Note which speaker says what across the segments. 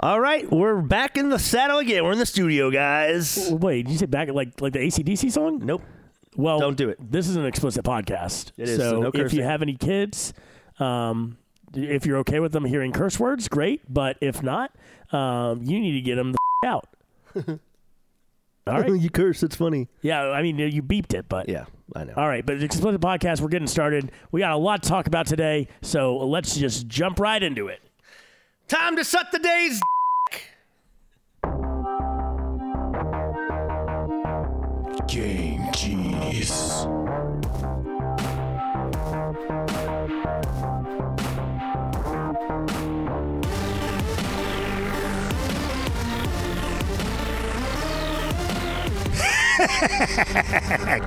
Speaker 1: All right, we're back in the saddle again. We're in the studio, guys.
Speaker 2: Wait, did you say back at like like the ACDC song?
Speaker 1: Nope.
Speaker 2: Well,
Speaker 1: Don't do it.
Speaker 2: This is an explicit podcast.
Speaker 1: It is, so
Speaker 2: So
Speaker 1: no
Speaker 2: if
Speaker 1: cursing.
Speaker 2: you have any kids, um, if you're okay with them hearing curse words, great. But if not, um, you need to get them the f- out. All right.
Speaker 1: you curse. It's funny.
Speaker 2: Yeah, I mean you beeped it, but
Speaker 1: Yeah, I know.
Speaker 2: All right, but the Explicit Podcast, we're getting started. We got a lot to talk about today, so let's just jump right into it.
Speaker 1: Time to suck the day's.
Speaker 3: Game Genius.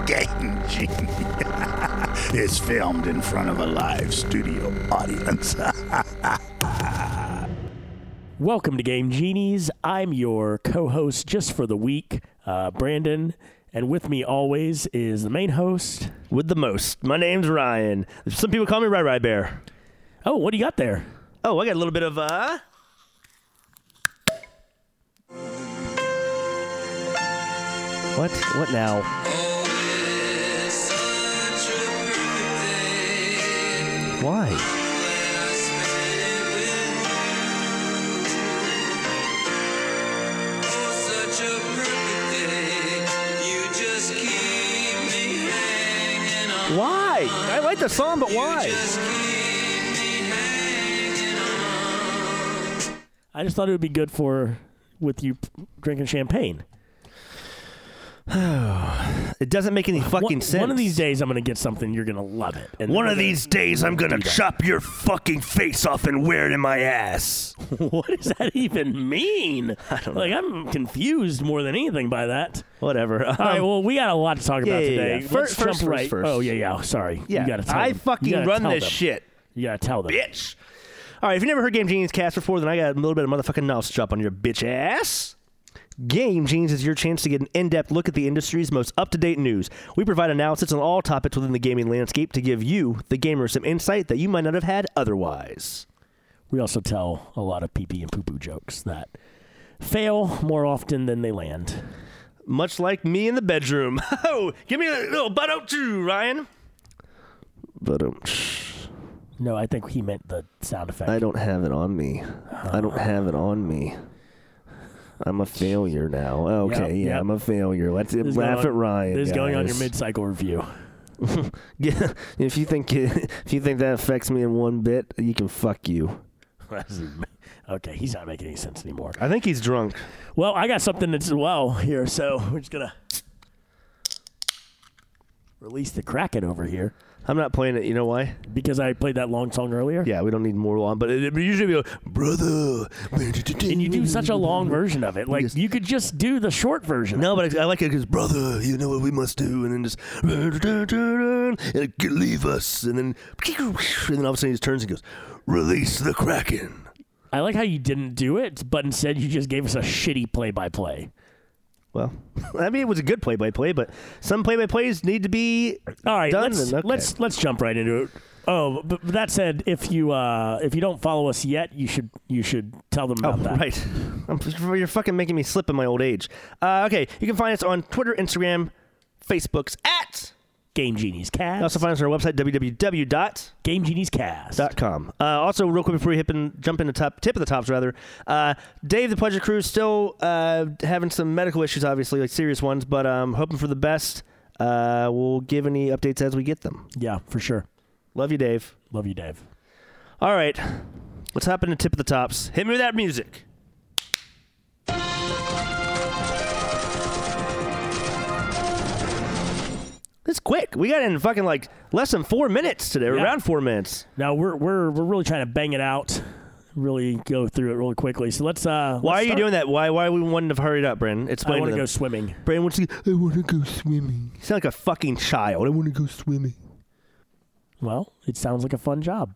Speaker 3: Game Genius. it's filmed in front of a live studio audience.
Speaker 2: Welcome to Game Genies. I'm your co host just for the week, uh, Brandon. And with me always is the main host.
Speaker 1: With the most. My name's Ryan. Some people call me Rai Rai Bear.
Speaker 2: Oh, what do you got there?
Speaker 1: Oh, I got a little bit of uh. What? What now? Why? Why? I like the song, but why?
Speaker 2: I just thought it would be good for with you p- drinking champagne.
Speaker 1: It doesn't make any fucking
Speaker 2: one,
Speaker 1: sense.
Speaker 2: one of these days, I'm going to get something. You're going to love it. And
Speaker 3: One
Speaker 2: then
Speaker 3: of
Speaker 2: we're gonna-
Speaker 3: these days, I'm gonna chop your fucking face off and wear it in my ass.
Speaker 2: What does that even mean? I don't know. Like, I'm confused more than anything by that.
Speaker 1: Whatever.
Speaker 2: All right, well, we got a lot to talk about
Speaker 1: Um, yeah,
Speaker 2: today.
Speaker 1: yeah.
Speaker 2: Let's
Speaker 1: Fir- first
Speaker 2: jump
Speaker 1: things
Speaker 2: right.
Speaker 1: first.
Speaker 2: Oh yeah, yeah. Sorry.
Speaker 1: yeah.
Speaker 2: You gotta tell
Speaker 1: I
Speaker 2: them.
Speaker 1: fucking
Speaker 2: You gotta
Speaker 1: run
Speaker 2: tell
Speaker 1: this
Speaker 2: them.
Speaker 1: shit,
Speaker 2: You gotta tell them.
Speaker 1: bitch. All right, if you've never heard Game Genius cast before, then I got a little bit of motherfucking knowledge to drop on your bitch ass. Game Genius is your chance to get an in depth look at the industry's most up to date news. We provide analysis on all topics within the gaming landscape to give you, the gamer, some insight that you might not have had otherwise.
Speaker 2: We also tell a lot of pee pee and poo poo jokes that fail more often than they land.
Speaker 1: Much like me in the bedroom. Oh, give me a little butt out too, Ryan. But um,
Speaker 2: No, I think he meant the sound effect.
Speaker 1: I don't have it on me. I don't have it on me. I'm a failure now. Okay,
Speaker 2: Yep,
Speaker 1: yeah,
Speaker 2: yep.
Speaker 1: I'm a failure. Let's
Speaker 2: This is
Speaker 1: laugh
Speaker 2: going
Speaker 1: at
Speaker 2: on-
Speaker 1: Ryan.
Speaker 2: This is going on your
Speaker 1: guys.
Speaker 2: mid cycle review.
Speaker 1: Yeah, if you think it, if you think that affects me in one bit, you can fuck you.
Speaker 2: okay, he's not making any sense anymore.
Speaker 1: I think he's drunk.
Speaker 2: Well, I got something that's well here, so we're just gonna release the Kraken over here
Speaker 1: I'm not playing it. You know why?
Speaker 2: because I played that long song earlier.
Speaker 1: Yeah, we don't need more long. But it, it usually be like, brother.
Speaker 2: and you do such a long version of it. Like you could just do the short version.
Speaker 1: No, but I, I like it because brother, you know what we must do, and then just and it could leave us, and then and then all of a sudden he just turns and goes, release the kraken.
Speaker 2: I like how you didn't do it, but instead you just gave us a shitty play-by-play.
Speaker 1: Well, I mean, it was a good play-by-play, but some play-by-plays need to be
Speaker 2: All right,
Speaker 1: done.
Speaker 2: let's
Speaker 1: and- okay.
Speaker 2: let's let's jump right into it. Oh, but but that said, if you uh, if you don't follow us yet, you should you should tell them
Speaker 1: Oh,
Speaker 2: about that.
Speaker 1: right. I'm, you're fucking making me slip in my old age. Uh, okay, you can find us on Twitter, Instagram, Facebook's at.
Speaker 2: Game Genies
Speaker 1: You also
Speaker 2: Cast.
Speaker 1: find us on our website, www.
Speaker 2: Game Genies Cast.
Speaker 1: Com. Uh, also, real quick before we hip and jump into top tip of the tops, rather, uh, Dave the Pleasure Crew is still uh, having some medical issues, obviously, like serious ones, but um, hoping for the best. Uh, we'll give any updates as we get them.
Speaker 2: Yeah, for sure.
Speaker 1: Love you, Dave.
Speaker 2: Love you, Dave.
Speaker 1: All right, let's hop into tip of the tops. Hit me with that music. It's quick. We got in fucking like less than four minutes today, or
Speaker 2: Yeah.
Speaker 1: around four minutes.
Speaker 2: Now we're we're we're really trying to bang it out, really go through it really quickly. So let's. uh
Speaker 1: Why are you doing that? Why why we wouldn't have hurried up, Brandon? Explain
Speaker 2: I want
Speaker 1: to
Speaker 2: to
Speaker 1: them.
Speaker 2: go swimming.
Speaker 1: Brandon wants to. Go, I want to go swimming. You sound like a fucking child. I want to go swimming.
Speaker 2: Well, it sounds like a fun job.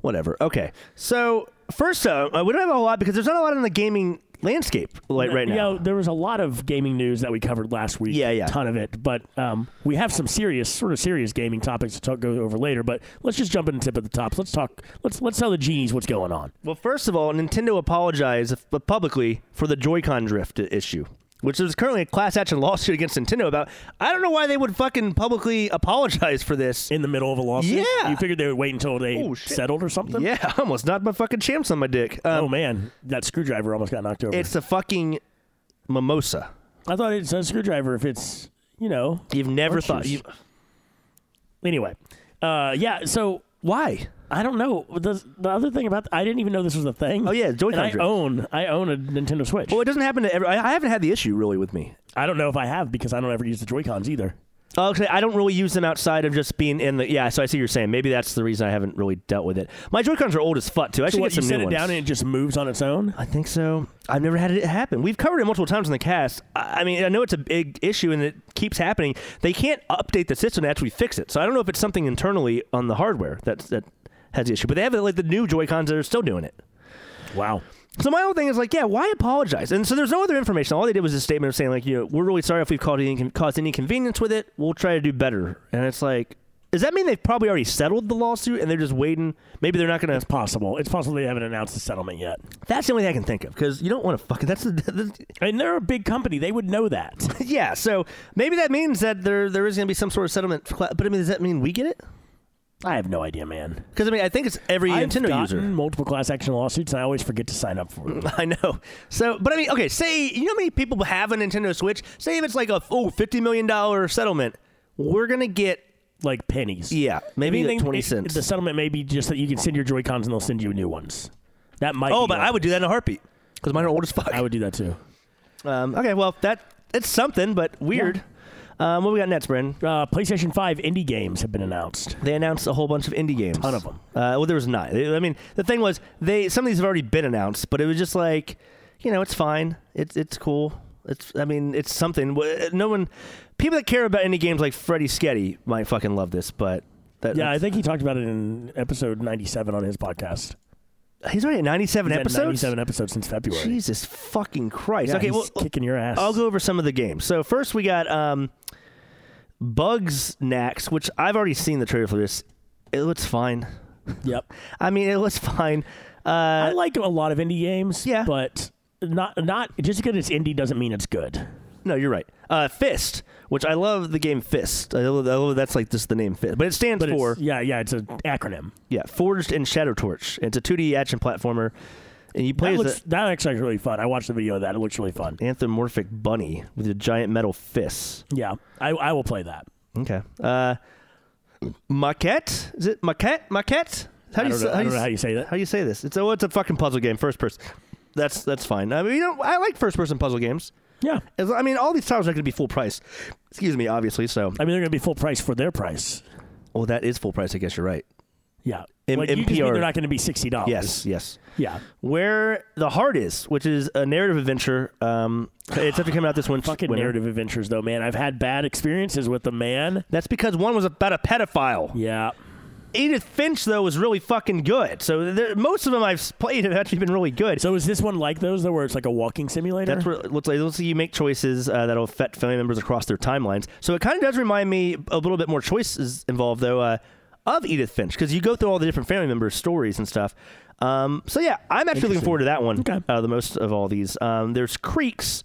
Speaker 1: Whatever. Okay. So first, uh, uh, we don't have a whole lot because there's not a lot in the gaming landscape like right
Speaker 2: you
Speaker 1: now.
Speaker 2: know, there was a lot of gaming news that we covered last week.
Speaker 1: Yeah, yeah.
Speaker 2: ton of it. But um, we have some serious, sort of serious gaming topics to talk, go over later. But let's just jump in and tip at the top. Let's talk. Let's let's tell the genies what's going on.
Speaker 1: Well, first of all, Nintendo apologized f- publicly for the Joy-Con drift i- issue, which is currently a class action lawsuit against Nintendo about. I don't know why they would fucking publicly apologize for this.
Speaker 2: In the middle of a lawsuit.
Speaker 1: Yeah.
Speaker 2: you figured they would wait until they
Speaker 1: Oh, shit.
Speaker 2: settled or something.
Speaker 1: Yeah, I almost knocked my fucking champs on my dick. Um,
Speaker 2: Oh man, that screwdriver almost got knocked over.
Speaker 1: It's a fucking mimosa.
Speaker 2: I thought it's a screwdriver if it's you know.
Speaker 1: You've never thought.
Speaker 2: Arches.
Speaker 1: You,
Speaker 2: Anyway, uh, yeah. So
Speaker 1: why?
Speaker 2: I don't know. The, the other thing about I didn't even know this was a thing.
Speaker 1: Oh, yeah, Joy-Con
Speaker 2: and I
Speaker 1: drift.
Speaker 2: own I own a Nintendo Switch.
Speaker 1: Well, it doesn't happen to every. I, I haven't had the issue really with me.
Speaker 2: I don't know if I have because I don't ever use the Joy Cons either.
Speaker 1: Okay, I don't really use them outside of just being in the. Yeah, so I see what you're saying. Maybe that's the reason I haven't really dealt with it. My Joy Cons are old as fuck too. I should
Speaker 2: So what
Speaker 1: get some
Speaker 2: you
Speaker 1: new
Speaker 2: set it
Speaker 1: ones.
Speaker 2: down and it just moves on its own?
Speaker 1: I think so. I've never had it happen. We've covered it multiple times in the cast. I I mean, I know it's a big issue and it keeps happening. They can't update the system to actually fix it. So I don't know if it's something internally on the hardware that's, that has the issue. But they have like the new Joy Cons that are still doing it.
Speaker 2: Wow.
Speaker 1: So my whole thing is like, yeah, why apologize? And so there's no other information. All they did was a statement of saying like, you know, we're really sorry if we've caused any, caused any inconvenience with it. We'll try to do better. And it's like, does that mean they've probably already settled the lawsuit and they're just waiting? Maybe they're not going to.
Speaker 2: It's possible. It's possible they haven't announced the settlement yet.
Speaker 1: That's the only thing I can think of because you don't want to fucking. That's the, the
Speaker 2: And they're a big company. They would know that.
Speaker 1: yeah. So maybe that means that there there is going to be some sort of settlement. for cla- But I mean, does that mean we get it?
Speaker 2: I have no idea, man.
Speaker 1: Because I mean, I think it's every
Speaker 2: I've
Speaker 1: Nintendo
Speaker 2: gotten
Speaker 1: user.
Speaker 2: multiple class action lawsuits, and I always forget to sign up for them.
Speaker 1: I know. So, but I mean, okay. Say you know how many people have a Nintendo Switch. Say if it's like a oh, fifty million dollar settlement, we're gonna get
Speaker 2: like pennies.
Speaker 1: yeah maybe like
Speaker 2: Anything-
Speaker 1: twenty
Speaker 2: it-
Speaker 1: cents.
Speaker 2: The settlement may be just that you can send your Joy Cons and they'll send you new ones. That might.
Speaker 1: oh,
Speaker 2: be
Speaker 1: but
Speaker 2: it.
Speaker 1: I would do that in a heartbeat because mine are old as fuck.
Speaker 2: I would do that too.
Speaker 1: Um, okay, well that it's something, but weird. Um, what we got next, Bren?
Speaker 2: Uh, PlayStation Five indie games have been announced.
Speaker 1: They announced a whole bunch of indie games.
Speaker 2: Ton of 'em.
Speaker 1: Uh, well, there was nine. I mean, the thing was, they some of these have already been announced, but it was just like, you know, it's fine. It's it's cool. It's I mean, it's something. Wh- No one, people that care about indie games like Freddy Sketty might fucking love this, but that,
Speaker 2: Yeah, I think he talked about it in episode ninety-seven on his podcast.
Speaker 1: he's already at ninety-seven
Speaker 2: He's had
Speaker 1: episodes.
Speaker 2: Ninety-seven episodes since February.
Speaker 1: Jesus fucking Christ!
Speaker 2: Yeah,
Speaker 1: okay,
Speaker 2: he's
Speaker 1: well,
Speaker 2: kicking your ass.
Speaker 1: I'll go over some of the games. So first we got um, Bugs Nax, which I've already seen the trailer for this. It looks fine.
Speaker 2: Yep.
Speaker 1: I mean, it looks fine. Uh,
Speaker 2: I like a lot of indie games.
Speaker 1: Yeah.
Speaker 2: But not not just because it's indie doesn't mean it's good.
Speaker 1: No, you're right. Uh, Fist, which I love the game Fist. I love, I love that's like just the name Fist, but it stands
Speaker 2: But it's-
Speaker 1: for
Speaker 2: yeah, yeah, it's an acronym.
Speaker 1: yeah, Forged and Shadow Torch. It's a 2D action platformer, and you play
Speaker 2: That
Speaker 1: as
Speaker 2: looks
Speaker 1: an
Speaker 2: that looks actually really fun. I watched the video of that. It looks really fun.
Speaker 1: anthropomorphic bunny with a giant metal fist.
Speaker 2: Yeah, I, I will play that.
Speaker 1: Okay. Uh, maquette is it maquette maquette? How
Speaker 2: I don't,
Speaker 1: say-
Speaker 2: know, I don't know how
Speaker 1: s-
Speaker 2: you say that.
Speaker 1: how do you say this? It's oh, it's a fucking puzzle game, first person. That's that's fine. I mean, you know, I like first person puzzle games.
Speaker 2: Yeah,
Speaker 1: As, I mean, all these titles are going to be full price. Excuse me, obviously. So,
Speaker 2: I mean they're going to be full price for their price.
Speaker 1: well, that is full price. I guess you're right.
Speaker 2: Yeah,
Speaker 1: M-
Speaker 2: like you just mean
Speaker 1: MPR.
Speaker 2: they're not going to be sixty dollars.
Speaker 1: Yes, yes.
Speaker 2: Yeah.
Speaker 1: Where the Heart Is, which is a narrative adventure. Um, it's actually coming out this win-
Speaker 2: Fucking
Speaker 1: winter.
Speaker 2: narrative adventures though, man. I've had bad experiences with them, man.
Speaker 1: That's because one was about a pedophile.
Speaker 2: Yeah.
Speaker 1: Edith Finch though was really fucking good. So there, most of them I've s- played have actually been really good.
Speaker 2: So is this one like those though, where it's like a walking simulator?
Speaker 1: that's where it looks like. It looks like you make choices uh, that'll affect family members across their timelines. So it kind of does remind me a little bit more choices involved though uh, of Edith Finch because you go through all the different family members' stories and stuff. Um, so yeah, I'm actually looking forward to that one
Speaker 2: Okay.
Speaker 1: uh, the most of all these. Um, there's Creeks,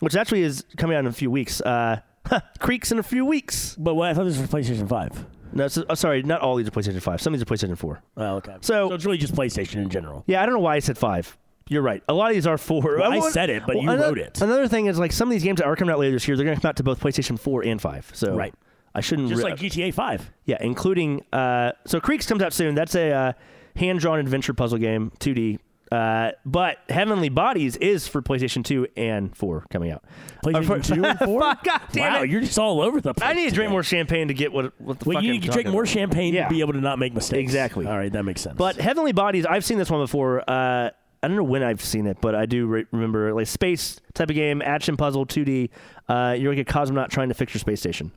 Speaker 1: which actually is coming out in a few weeks. Uh, Creeks in a few weeks.
Speaker 2: But what, I thought this was PlayStation Five.
Speaker 1: No, so, oh, sorry, not all these are PlayStation Five. Some of these are PlayStation Four.
Speaker 2: Oh, okay.
Speaker 1: So-
Speaker 2: so it's really just PlayStation in general.
Speaker 1: Yeah, I don't know why I said five. You're right. A lot of these are four.
Speaker 2: Well, I
Speaker 1: want-
Speaker 2: said it, but you
Speaker 1: ano-
Speaker 2: wrote it.
Speaker 1: Another thing is like some of these games that are coming out later this year, they're going to come out to both PlayStation 4 and 5. So
Speaker 2: Right.
Speaker 1: I shouldn't
Speaker 2: Just
Speaker 1: re-
Speaker 2: like GTA Five.
Speaker 1: yeah, including uh, so Creeks comes out soon. That's a uh, hand-drawn adventure puzzle game, 2D. Uh, but Heavenly Bodies is for PlayStation 2 and 4 coming out. Or for-
Speaker 2: PlayStation Two and Four.
Speaker 1: Fuck, God damn
Speaker 2: wow,
Speaker 1: it.
Speaker 2: you're just all over the place.
Speaker 1: I need to drink
Speaker 2: today.
Speaker 1: more champagne to get what what the
Speaker 2: Well,
Speaker 1: fuck
Speaker 2: you
Speaker 1: I'm
Speaker 2: need to
Speaker 1: talking
Speaker 2: drink
Speaker 1: about.
Speaker 2: more champagne
Speaker 1: Yeah.
Speaker 2: to be able to not make mistakes.
Speaker 1: Exactly.
Speaker 2: All right, that makes sense.
Speaker 1: But Heavenly Bodies, I've seen this one before. Uh, I don't know when I've seen it, but I do re- remember like space type of game, action puzzle, 2D. Uh, you're like a cosmonaut trying to fix your space station.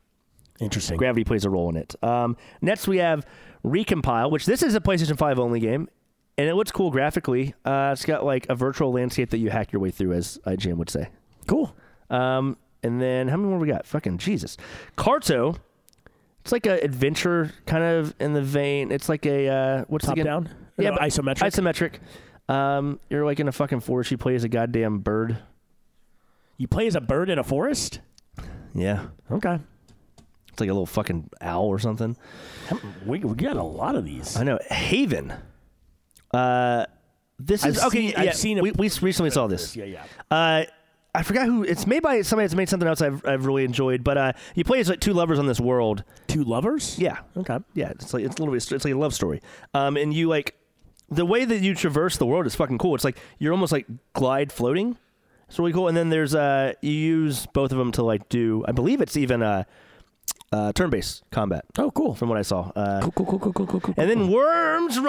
Speaker 2: interesting.
Speaker 1: Gravity plays a role in it. Um, next, we have Recompile, which this is a PlayStation 5 only game, and it looks cool graphically. Uh, it's got like a virtual landscape that you hack your way through, as IGN would say.
Speaker 2: Cool.
Speaker 1: Um, and then how many more we got? Fucking Jesus, Carto. It's like a adventure kind of in the vein. It's like a uh, what's
Speaker 2: Top
Speaker 1: the game?
Speaker 2: down.
Speaker 1: Yeah,
Speaker 2: No,
Speaker 1: but-
Speaker 2: isometric.
Speaker 1: Isometric. Um, you're like in a fucking forest. You play as a goddamn bird.
Speaker 2: you play as a bird in a forest.
Speaker 1: Yeah,
Speaker 2: Okay.
Speaker 1: it's like a little fucking owl or something.
Speaker 2: We, we got a lot of these.
Speaker 1: I know Haven. Uh, this
Speaker 2: I've
Speaker 1: is okay.
Speaker 2: seen- I've
Speaker 1: yeah,
Speaker 2: seen a-
Speaker 1: we, we recently saw this.
Speaker 2: Yeah, yeah.
Speaker 1: Uh, I forgot who it's made by. Somebody that's made something else I've, I've really enjoyed. But uh, you play as like two lovers on this world.
Speaker 2: Two lovers.
Speaker 1: Yeah,
Speaker 2: Okay.
Speaker 1: yeah. It's like it's a little bit. It's like a love story. Um, and you like the way that you traverse the world is fucking cool. It's like you're almost like glide floating. It's really cool. And then there's uh, you use both of them to like do. I believe it's even uh, uh turn-based combat
Speaker 2: Oh, cool.
Speaker 1: from what I saw. Uh,
Speaker 2: Cool, cool, cool, cool, cool, cool, cool.
Speaker 1: and then Worms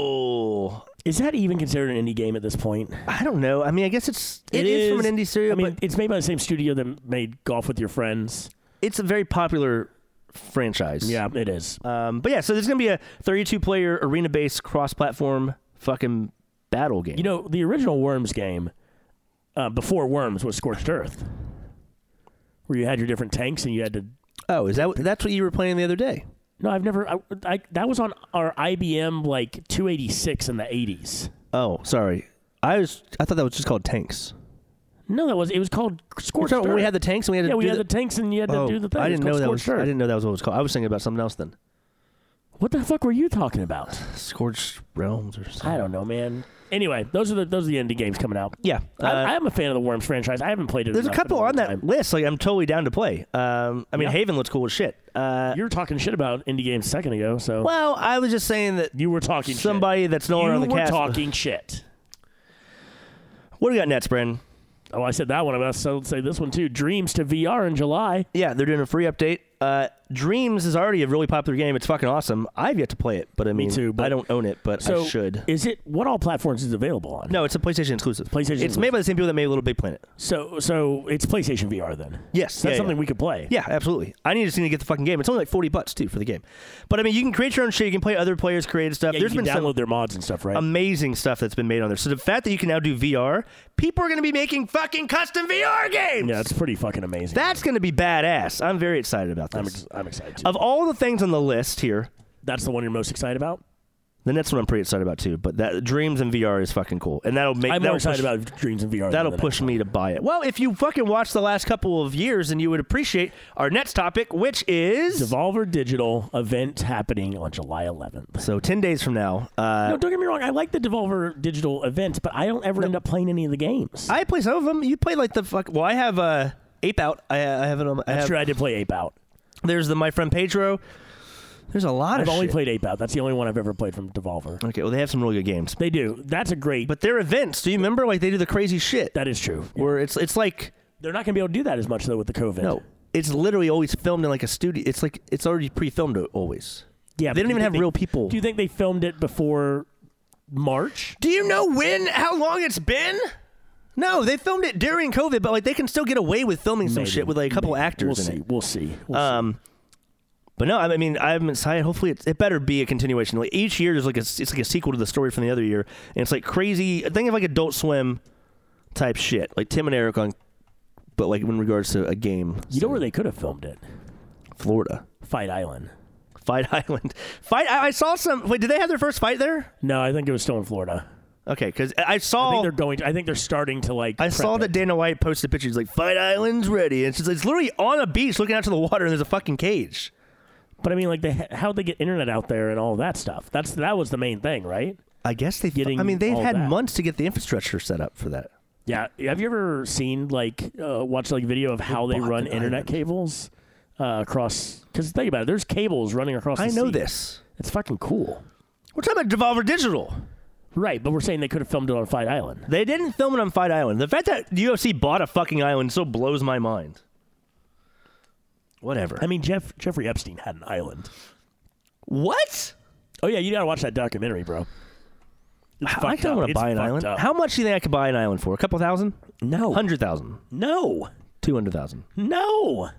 Speaker 1: Rumble.
Speaker 2: is that even considered an indie game at this point?
Speaker 1: I don't know. I mean, I guess it's it is, from an indie studio,
Speaker 2: I mean,
Speaker 1: but
Speaker 2: it's made by the same studio that made Golf with Your Friends.
Speaker 1: it's a very popular franchise.
Speaker 2: Yeah, it is.
Speaker 1: Um, but yeah, so there's gonna be a 32 player arena based cross platform fucking battle game.
Speaker 2: You know, the original Worms game, uh, before Worms, was Scorched Earth, where you had your different tanks and you had to.
Speaker 1: oh, is that what- that's what you were playing the other day?
Speaker 2: No, I've never. I, I, that was on our IBM like 286 in the 80s.
Speaker 1: Oh, sorry. I was I thought that was just called tanks.
Speaker 2: No, that was. It was called Scorched Earth.
Speaker 1: When we had the tanks and we had to
Speaker 2: yeah, we
Speaker 1: do
Speaker 2: had the,
Speaker 1: the,
Speaker 2: tanks and you had to
Speaker 1: oh,
Speaker 2: do the thing.
Speaker 1: I
Speaker 2: It's
Speaker 1: didn't
Speaker 2: called
Speaker 1: know that was
Speaker 2: Scorched Earth.
Speaker 1: I didn't know that was what it was called. I was thinking about something else then.
Speaker 2: What the fuck were you talking about?
Speaker 1: Scorched Realms or something.
Speaker 2: I don't know, man. Anyway, those are the those are the indie games coming out.
Speaker 1: Yeah.
Speaker 2: I,
Speaker 1: uh,
Speaker 2: I am a fan of the Worms franchise. I haven't played it.
Speaker 1: there's a
Speaker 2: enough in
Speaker 1: couple
Speaker 2: long
Speaker 1: on that
Speaker 2: time.
Speaker 1: list. Like I'm totally down to play. Um, I mean,
Speaker 2: Yeah.
Speaker 1: Haven looks cool as shit. Uh,
Speaker 2: You were talking shit about indie games a second ago, so
Speaker 1: well, I was just saying that
Speaker 2: you were talking shit.
Speaker 1: somebody that's no
Speaker 2: You
Speaker 1: longer on
Speaker 2: were
Speaker 1: the cast.
Speaker 2: talking shit.
Speaker 1: What do we got next, Brandon?
Speaker 2: Oh, I said that one. I'm going to say this one too. Dreams to VR in July.
Speaker 1: Yeah, they're doing a free update. Uh, Dreams is already a really popular game. It's fucking awesome. I've yet to play it, but I mean,
Speaker 2: too, but-
Speaker 1: I don't own it, but
Speaker 2: So
Speaker 1: I should.
Speaker 2: Is it what all platforms is available on?
Speaker 1: no, it's a PlayStation exclusive.
Speaker 2: PlayStation
Speaker 1: It's
Speaker 2: exclusive.
Speaker 1: made by the same people that made Little Big Planet.
Speaker 2: So so it's PlayStation VR then.
Speaker 1: Yes,
Speaker 2: So that's
Speaker 1: yeah,
Speaker 2: something
Speaker 1: yeah.
Speaker 2: we could play.
Speaker 1: Yeah, absolutely. I need to need to get the fucking game. It's only like forty bucks too for the game, but I mean, you can create your own shit. You can play other players' created stuff.
Speaker 2: Yeah,
Speaker 1: There's
Speaker 2: you can
Speaker 1: been
Speaker 2: download
Speaker 1: some Um,
Speaker 2: their mods and stuff, right?
Speaker 1: amazing stuff that's been made on there. So the fact that you can now do VR, people are going to be making fucking custom VR games.
Speaker 2: yeah, it's pretty fucking amazing.
Speaker 1: That's going to be badass. I'm very excited about
Speaker 2: I'm,
Speaker 1: this.
Speaker 2: ex- I'm excited. Too.
Speaker 1: of all the things on the list here,
Speaker 2: that's the one you're most excited about.
Speaker 1: The next one I'm pretty excited about too, but that Dreams in VR is fucking cool, and that'll make
Speaker 2: I'm
Speaker 1: that'll
Speaker 2: more excited
Speaker 1: push,
Speaker 2: about Dreams in VR.
Speaker 1: that'll
Speaker 2: than the
Speaker 1: push me to buy it. Well, if you fucking watch the last couple of years, then you would appreciate our next topic, which is
Speaker 2: Devolver Digital event happening on July 11th.
Speaker 1: so ten days from now. Uh,
Speaker 2: No, don't get me wrong. I like the Devolver Digital events, but I don't ever end up playing any of the games.
Speaker 1: I play some of them. You play like the fuck. Well, I have uh, Ape Out. I, I have it on. I have,
Speaker 2: That's true. I did play Ape Out.
Speaker 1: There's the my friend Pedro. There's a lot
Speaker 2: I've
Speaker 1: of
Speaker 2: only
Speaker 1: shit.
Speaker 2: played Ape Out. That's the only one I've ever played from Devolver.
Speaker 1: Okay, well they have some really good games,
Speaker 2: They do. That's a great.
Speaker 1: but their events. Do you remember like they do the crazy shit
Speaker 2: that is true.
Speaker 1: where it's it's like
Speaker 2: They're not going to be able to do that as much though with the COVID.
Speaker 1: no, it's literally always filmed in like a studio. It's like it's already pre-filmed uh, always. They
Speaker 2: Yeah,
Speaker 1: don't
Speaker 2: but do
Speaker 1: even
Speaker 2: you
Speaker 1: have
Speaker 2: think-
Speaker 1: real people.
Speaker 2: Do you think they filmed it before March?
Speaker 1: Do you know when, how long it's been? No, they filmed it during COVID, but like they can still get away with filming some
Speaker 2: Maybe.
Speaker 1: shit with like a couple
Speaker 2: We'll
Speaker 1: actors in
Speaker 2: see.
Speaker 1: it.
Speaker 2: We'll see. Uh, We'll
Speaker 1: Um, but no, I I mean I'm excited. Hopefully, it's, it better be a continuation. Like each year, there's like a it's like a sequel to the story from the other year, and it's like crazy. Think of like Adult Swim type shit, like Tim and Eric on, but like in regards to a game.
Speaker 2: see. You know where they could have filmed it?
Speaker 1: Florida,
Speaker 2: Fight Island.
Speaker 1: Fight Island, Fight. I, I saw some. Wait, did they have their first fight there?
Speaker 2: No, I think it was still in Florida.
Speaker 1: Okay, because I
Speaker 2: I
Speaker 1: saw
Speaker 2: think they're going. To, I think they're starting to like.
Speaker 1: Oh. I saw that
Speaker 2: that.
Speaker 1: Dana White posted pictures like Fight Island's ready. And it's, just, it's literally on a beach looking out to the water and there's a fucking cage.
Speaker 2: But I mean, like, they, how'd they get internet out there and all that stuff? That's that was the main thing, right?
Speaker 1: I guess they've
Speaker 2: Getting
Speaker 1: I mean they've
Speaker 2: all
Speaker 1: had
Speaker 2: that.
Speaker 1: months to get the infrastructure set up for that.
Speaker 2: Yeah. Have you ever seen like uh, watch like video of how they
Speaker 1: bought
Speaker 2: run
Speaker 1: an
Speaker 2: internet
Speaker 1: island.
Speaker 2: cables uh, across? Because think about it, there's cables running across.
Speaker 1: I
Speaker 2: the
Speaker 1: know
Speaker 2: sea.
Speaker 1: this.
Speaker 2: It's fucking cool.
Speaker 1: We're talking about Devolver Digital.
Speaker 2: Right, but we're saying they could have filmed it on Fight Island.
Speaker 1: They didn't film it on Fight Island. The fact that UFC bought a fucking island so blows my mind. Whatever.
Speaker 2: I mean, Jeff Jeffrey Epstein had an island.
Speaker 1: what?
Speaker 2: Oh yeah, you gotta watch that documentary, bro. It's
Speaker 1: I
Speaker 2: fucked
Speaker 1: kind of
Speaker 2: up.
Speaker 1: want to
Speaker 2: It's
Speaker 1: buy an
Speaker 2: fucked
Speaker 1: island.
Speaker 2: up.
Speaker 1: How much do you think I could buy an island for? A couple thousand?
Speaker 2: No,
Speaker 1: Hundred thousand?
Speaker 2: no,
Speaker 1: Two hundred thousand?
Speaker 2: no.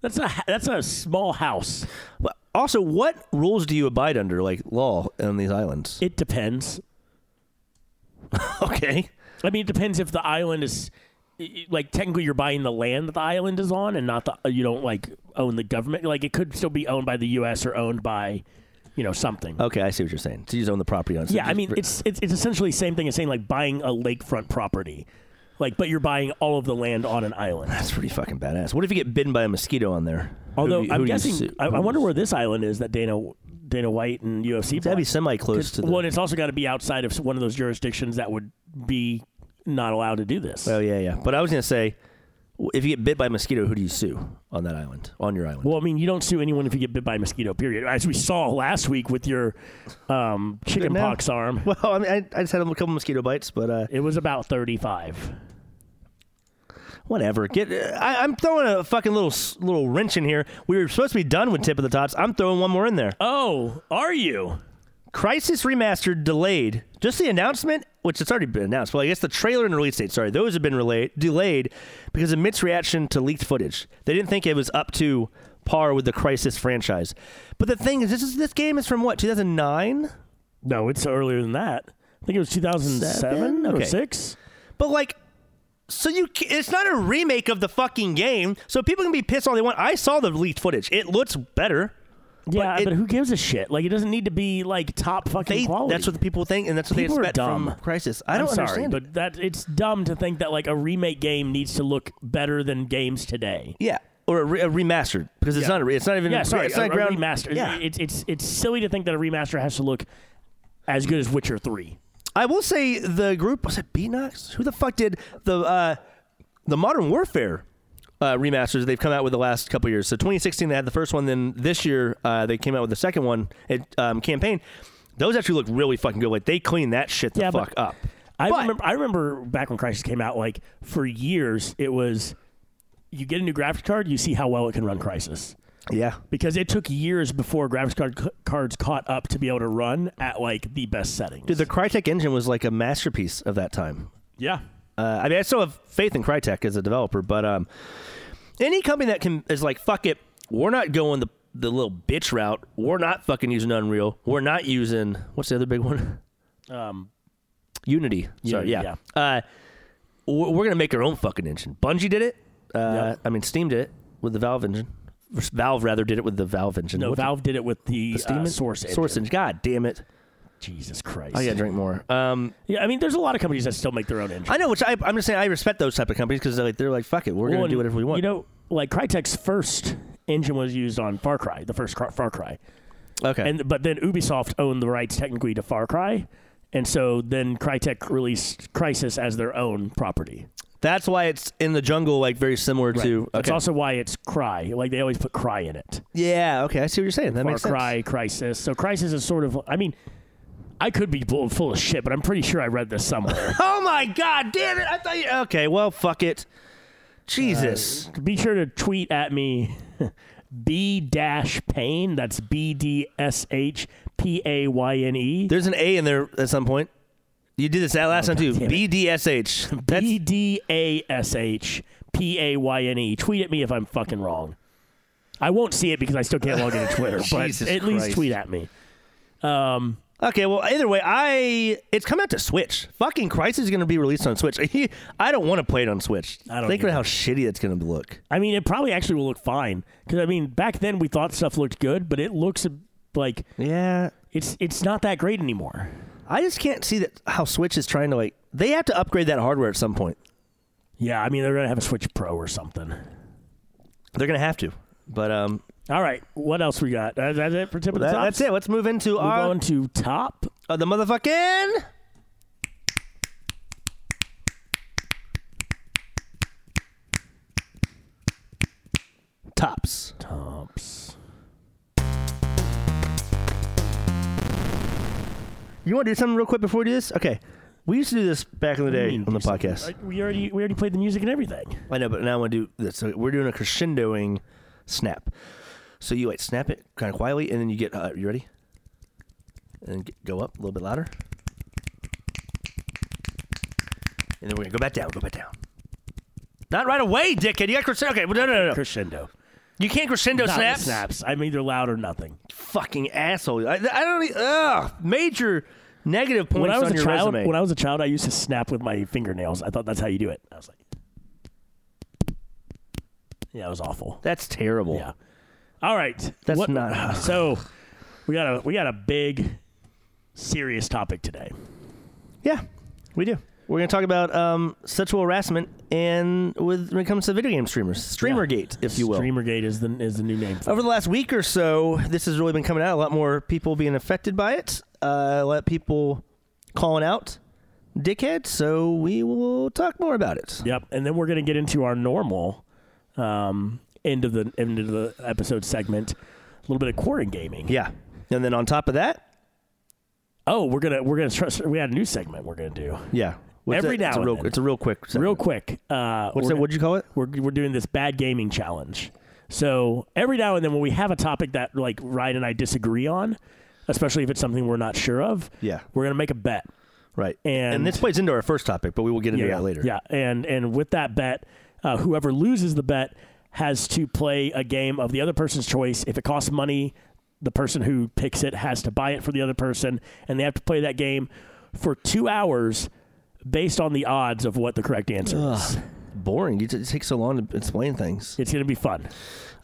Speaker 2: That's a ha- that's a small house.
Speaker 1: Well, Also, what rules do you abide under, like law, on these islands?
Speaker 2: It depends.
Speaker 1: Okay.
Speaker 2: I mean, it depends if the island is like technically you're buying the land that the island is on, and not the uh, you don't like own the government. Like it could still be owned by the U.S. or owned by you know something.
Speaker 1: Okay, I see what you're saying. Uh, So you just own the property on.
Speaker 2: yeah, I mean it's, it's it's essentially the same thing as saying like buying a lakefront property, like but you're buying all of the land on an island.
Speaker 1: that's pretty fucking badass. What if you get bitten by a mosquito on there? Who do
Speaker 2: Although
Speaker 1: you- who
Speaker 2: I'm
Speaker 1: do you
Speaker 2: guessing,
Speaker 1: sue?
Speaker 2: I,
Speaker 1: Who
Speaker 2: I
Speaker 1: do you
Speaker 2: wonder
Speaker 1: sue?
Speaker 2: where this island is that Dana Dana White and UFC.
Speaker 1: That'd be
Speaker 2: bought.
Speaker 1: semi close to the.
Speaker 2: well, and it's also got to be outside of one of those jurisdictions that would be not allowed to do this.
Speaker 1: oh yeah, yeah. But I was gonna say, w- if you get bit by a mosquito, who do you sue on that island? On your island?
Speaker 2: Well, I mean, you don't sue anyone if you get bit by a mosquito. Period. As we saw last week with your um, chickenpox arm,
Speaker 1: Well, I mean, I, I just had a couple mosquito bites, but uh,
Speaker 2: it was about thirty-five.
Speaker 1: whatever. Get I, I'm throwing a fucking little s- little wrench in here. We were supposed to be done with tip of the tops. I'm throwing one more in there.
Speaker 2: Oh, are you?
Speaker 1: Crisis Remastered delayed. Just the announcement, which it's already been announced. Well, I guess the trailer and release date. Sorry, those have been relay- delayed because amidst reaction to leaked footage, they didn't think it was up to par with the Crisis franchise. But the thing is, this is this game is from what 2009.
Speaker 2: No, it's earlier than that. I think it was two thousand seven
Speaker 1: Seven?
Speaker 2: or
Speaker 1: Okay.
Speaker 2: six.
Speaker 1: But like, so you ca- it's not a remake of the fucking game. So people can be pissed all they want. I saw the leaked footage. It looks better.
Speaker 2: Yeah,
Speaker 1: it-
Speaker 2: but who gives a shit? Like, it doesn't need to be like top fucking
Speaker 1: They,
Speaker 2: quality.
Speaker 1: that's what the people think, and that's what
Speaker 2: People
Speaker 1: they
Speaker 2: are
Speaker 1: expect from
Speaker 2: dumb.
Speaker 1: Crisis. I
Speaker 2: I'm
Speaker 1: don't
Speaker 2: sorry,
Speaker 1: understand. it.
Speaker 2: but that it's dumb to think that like a remake game needs to look better than games today.
Speaker 1: Yeah, or a, re- a remastered because it's not a re- it's not even
Speaker 2: Yeah, sorry,
Speaker 1: Mm, it's not
Speaker 2: a, a
Speaker 1: ground
Speaker 2: remaster.
Speaker 1: Yeah,
Speaker 2: It's it's it's silly to think that a remaster has to look as good as Witcher Three.
Speaker 1: I will say the group was it Beatnox? Who the fuck did the uh, the Modern Warfare uh, remasters? They've come out with the last couple years. So 2016 they had the first one, then this year uh, they came out with the second one. It, um, campaign. Those actually look really fucking good. Like they cleaned that shit the
Speaker 2: Yeah, but-
Speaker 1: fuck up.
Speaker 2: I
Speaker 1: But-
Speaker 2: remember I remember back when Crisis came out. Like for years, it was you get a new graphics card, you see how well it can run Crisis.
Speaker 1: Yeah,
Speaker 2: Because it took years before graphics card c- cards caught up to be able to run at like the best settings.
Speaker 1: dude, the Crytek engine was like a masterpiece of that time.
Speaker 2: yeah,
Speaker 1: Uh, I mean, I still have faith in Crytek as a developer, but um, any company that can is like, fuck it, we're not going the the little bitch route. We're not fucking using Unreal. We're not using what's the other big one?
Speaker 2: um,
Speaker 1: Unity. Sorry,
Speaker 2: Unity,
Speaker 1: yeah. Uh, we're, we're gonna make our own fucking engine. Bungie did it. Uh,
Speaker 2: Yep.
Speaker 1: I mean, Steam did it with the Valve engine. Valve rather did it with the Valve engine.
Speaker 2: no,
Speaker 1: What's
Speaker 2: Valve did it with the,
Speaker 1: it? Steam
Speaker 2: uh,
Speaker 1: engine?
Speaker 2: Source engine.
Speaker 1: Source engine. Oh, God damn it!
Speaker 2: Jesus Christ.
Speaker 1: I gotta drink more. Um,
Speaker 2: yeah, I mean, there's a lot of companies that still make their own engine.
Speaker 1: I know, which I, I'm just saying. I respect those type of companies because they're like, they're like, fuck it, we're
Speaker 2: Well,
Speaker 1: gonna
Speaker 2: and
Speaker 1: do whatever we want.
Speaker 2: You know, like Crytek's first engine was used on Far Cry, the first Cry- Far Cry,
Speaker 1: okay.
Speaker 2: and but then Ubisoft owned the rights technically to Far Cry, and so then Crytek released Crisis as their own property.
Speaker 1: That's why it's in the jungle, like very similar to.
Speaker 2: That's
Speaker 1: okay.
Speaker 2: also why it's Cry. Like they always put Cry in it.
Speaker 1: Yeah. Okay. I see what you're saying. That
Speaker 2: Far
Speaker 1: makes sense.
Speaker 2: Cry, Crisis. So Crisis is sort of. I mean. I could be full, full of shit, but I'm pretty sure I read this somewhere.
Speaker 1: Oh my God! Damn it! I thought you. Okay. Well, fuck it. Jesus.
Speaker 2: be sure to tweet at me B dash pain. That's B D S H P A Y N E.
Speaker 1: There's an A in there at some point. You did this that last time too.
Speaker 2: Oh, damn it.
Speaker 1: BDSH. That's
Speaker 2: B D A S H P A Y N E. Tweet at me if I'm fucking wrong. I won't see it because I still can't log into Twitter, but
Speaker 1: Jesus
Speaker 2: at least
Speaker 1: Christ.
Speaker 2: tweet at me. Um,
Speaker 1: okay. Well, either way, I it's come out to Switch. Fucking Crisis is going to be released on Switch. I don't want to play it on Switch.
Speaker 2: I don't
Speaker 1: think about
Speaker 2: either.
Speaker 1: how shitty it's going to look.
Speaker 2: I mean, it probably actually will look fine because I mean, back then we thought stuff looked good, but it looks like
Speaker 1: Yeah.
Speaker 2: it's it's not that great anymore.
Speaker 1: I just can't see that how Switch is trying to like. They have to upgrade that hardware at some point.
Speaker 2: Yeah, I mean, they're gonna have a Switch Pro or something.
Speaker 1: They're going to have to. But um,
Speaker 2: All right, what else we got? That- That's it for tip of the
Speaker 1: That-
Speaker 2: top.
Speaker 1: that's it. Let's move into
Speaker 2: Move
Speaker 1: our
Speaker 2: on to top.
Speaker 1: uh, the motherfucking. Tops.
Speaker 2: Tops.
Speaker 1: You want to do something real quick before we do this? Okay. We used to do this back in the day on the podcast.
Speaker 2: I- Uh, We already we already played the music and everything.
Speaker 1: I know, but now I want to do this. So we're doing a crescendoing snap. So you like snap it kind of quietly, and then you get. Uh, you ready? And get, go up a little bit louder. And then we're gonna go back down. Go back down. Not right away, dickhead. You got crescendo. Okay, well, no, no, no, no.
Speaker 2: Crescendo.
Speaker 1: You can't crescendo
Speaker 2: Not
Speaker 1: snaps.
Speaker 2: snaps. I'm either loud or nothing.
Speaker 1: Fucking asshole. I, I don't. e- Ugh. Major Negative points
Speaker 2: when I was
Speaker 1: on
Speaker 2: a
Speaker 1: your
Speaker 2: child,
Speaker 1: resume.
Speaker 2: when I was a child, I used to snap with my fingernails. I thought that's how you do it. I was like, yeah, it was awful.
Speaker 1: That's terrible.
Speaker 2: Yeah. All right.
Speaker 1: That's
Speaker 2: What-
Speaker 1: not.
Speaker 2: So we got a we got a big serious topic today.
Speaker 1: Yeah, we do. We're going to talk about um, sexual harassment and with when it comes to video game streamers, Streamergate, if you will. Oh.
Speaker 2: Streamergate is the is the new name. For it.
Speaker 1: Over the last week or so, this has really been coming out. A lot more people being affected by it. Uh, a lot of people calling out dickheads. So we will talk more about it.
Speaker 2: Yep. And then we're gonna get into our normal um, end of the end of the episode segment. A little bit of quarantine gaming.
Speaker 1: Yeah. And then on top of that,
Speaker 2: Oh, we're gonna we're gonna trust. We had a new segment we're gonna do
Speaker 1: yeah.
Speaker 2: Every
Speaker 1: that?
Speaker 2: now
Speaker 1: it's a
Speaker 2: and
Speaker 1: real,
Speaker 2: then.
Speaker 1: It's a real quick. segment.
Speaker 2: real quick. Uh,
Speaker 1: What's
Speaker 2: we're
Speaker 1: that?
Speaker 2: gonna-
Speaker 1: What'd you call it?
Speaker 2: we're, we're doing this bad gaming challenge. So every now and then, when we have a topic that like Ryan and I disagree on, especially if it's something we're not sure of,
Speaker 1: Yeah.
Speaker 2: we're gonna make a bet.
Speaker 1: Right.
Speaker 2: And-
Speaker 1: this plays into our first topic, but we will get into that later.
Speaker 2: Yeah, and and with that bet, uh, whoever loses the bet has to play a game of the other person's choice. If it costs money, the person who picks it has to buy it for the other person, and they have to play that game for two hours based on the odds of what the correct answer is.
Speaker 1: Boring. You t- it takes so long to explain things.
Speaker 2: It's gonna be fun.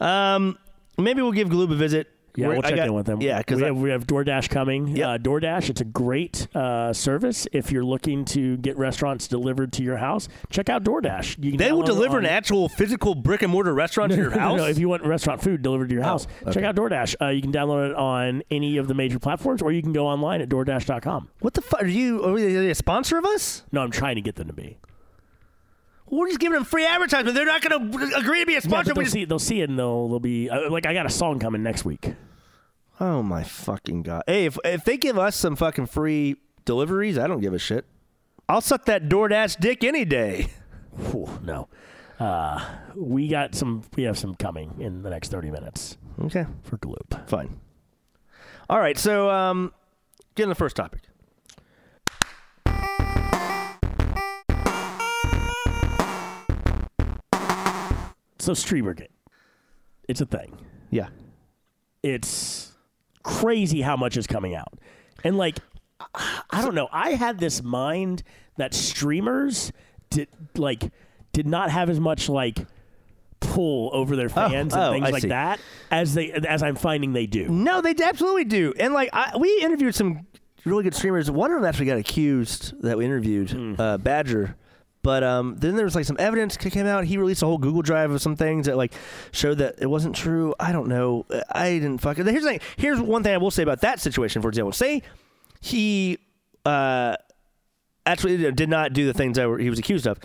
Speaker 1: Um, maybe we'll give Gloob a visit.
Speaker 2: Yeah,
Speaker 1: We're-
Speaker 2: we'll
Speaker 1: I
Speaker 2: check
Speaker 1: got-
Speaker 2: in with them.
Speaker 1: Yeah, because
Speaker 2: we, have- we have DoorDash coming.
Speaker 1: Yep.
Speaker 2: Uh, DoorDash, it's a great uh, service if you're looking to get restaurants delivered to your house. Check out DoorDash. You can
Speaker 1: they will
Speaker 2: download
Speaker 1: deliver
Speaker 2: on-
Speaker 1: an actual physical brick and mortar restaurant to your
Speaker 2: No,
Speaker 1: house. Oh,
Speaker 2: no, if you want restaurant food delivered to your house, check out DoorDash. Uh, you can download it on any of the major platforms, or you can go online at DoorDash.com.
Speaker 1: what the fuck? Are you are they are they a sponsor of us?
Speaker 2: No, I'm trying to get them to be.
Speaker 1: We're just giving them free advertisement. They're not going to agree to be a
Speaker 2: Yeah,
Speaker 1: sponsor.
Speaker 2: but
Speaker 1: we
Speaker 2: they'll
Speaker 1: just,
Speaker 2: see, they'll see it, and they'll, they'll be uh, like, I got a song coming next week.
Speaker 1: oh my fucking god! Hey, if if they give us some fucking free deliveries, I don't give a shit. I'll suck that DoorDash dick any day.
Speaker 2: Phew, no, uh, we got some. We have some coming in the next 30 minutes
Speaker 1: Okay,
Speaker 2: for Gloop.
Speaker 1: fine. All right, so um, get in the first topic.
Speaker 2: So Streamergate, it's a thing.
Speaker 1: Yeah,
Speaker 2: It's crazy how much is coming out, and like I I don't know. I had this mind that streamers did like did not have as much like pull over their fans
Speaker 1: oh,
Speaker 2: and things
Speaker 1: I
Speaker 2: like
Speaker 1: see.
Speaker 2: that as they as I'm finding they do.
Speaker 1: No, they absolutely do. And like I, we interviewed some really good streamers. One of them actually got accused that we interviewed, uh, Badger. But um, then there was like some evidence that came out. He released a whole Google Drive of some things that like showed that it wasn't true. I don't know. I didn't fuck it. Here's the thing. Here's one thing I will say about that situation. For example, say he uh, actually you know, did not do the things that were, he was accused of.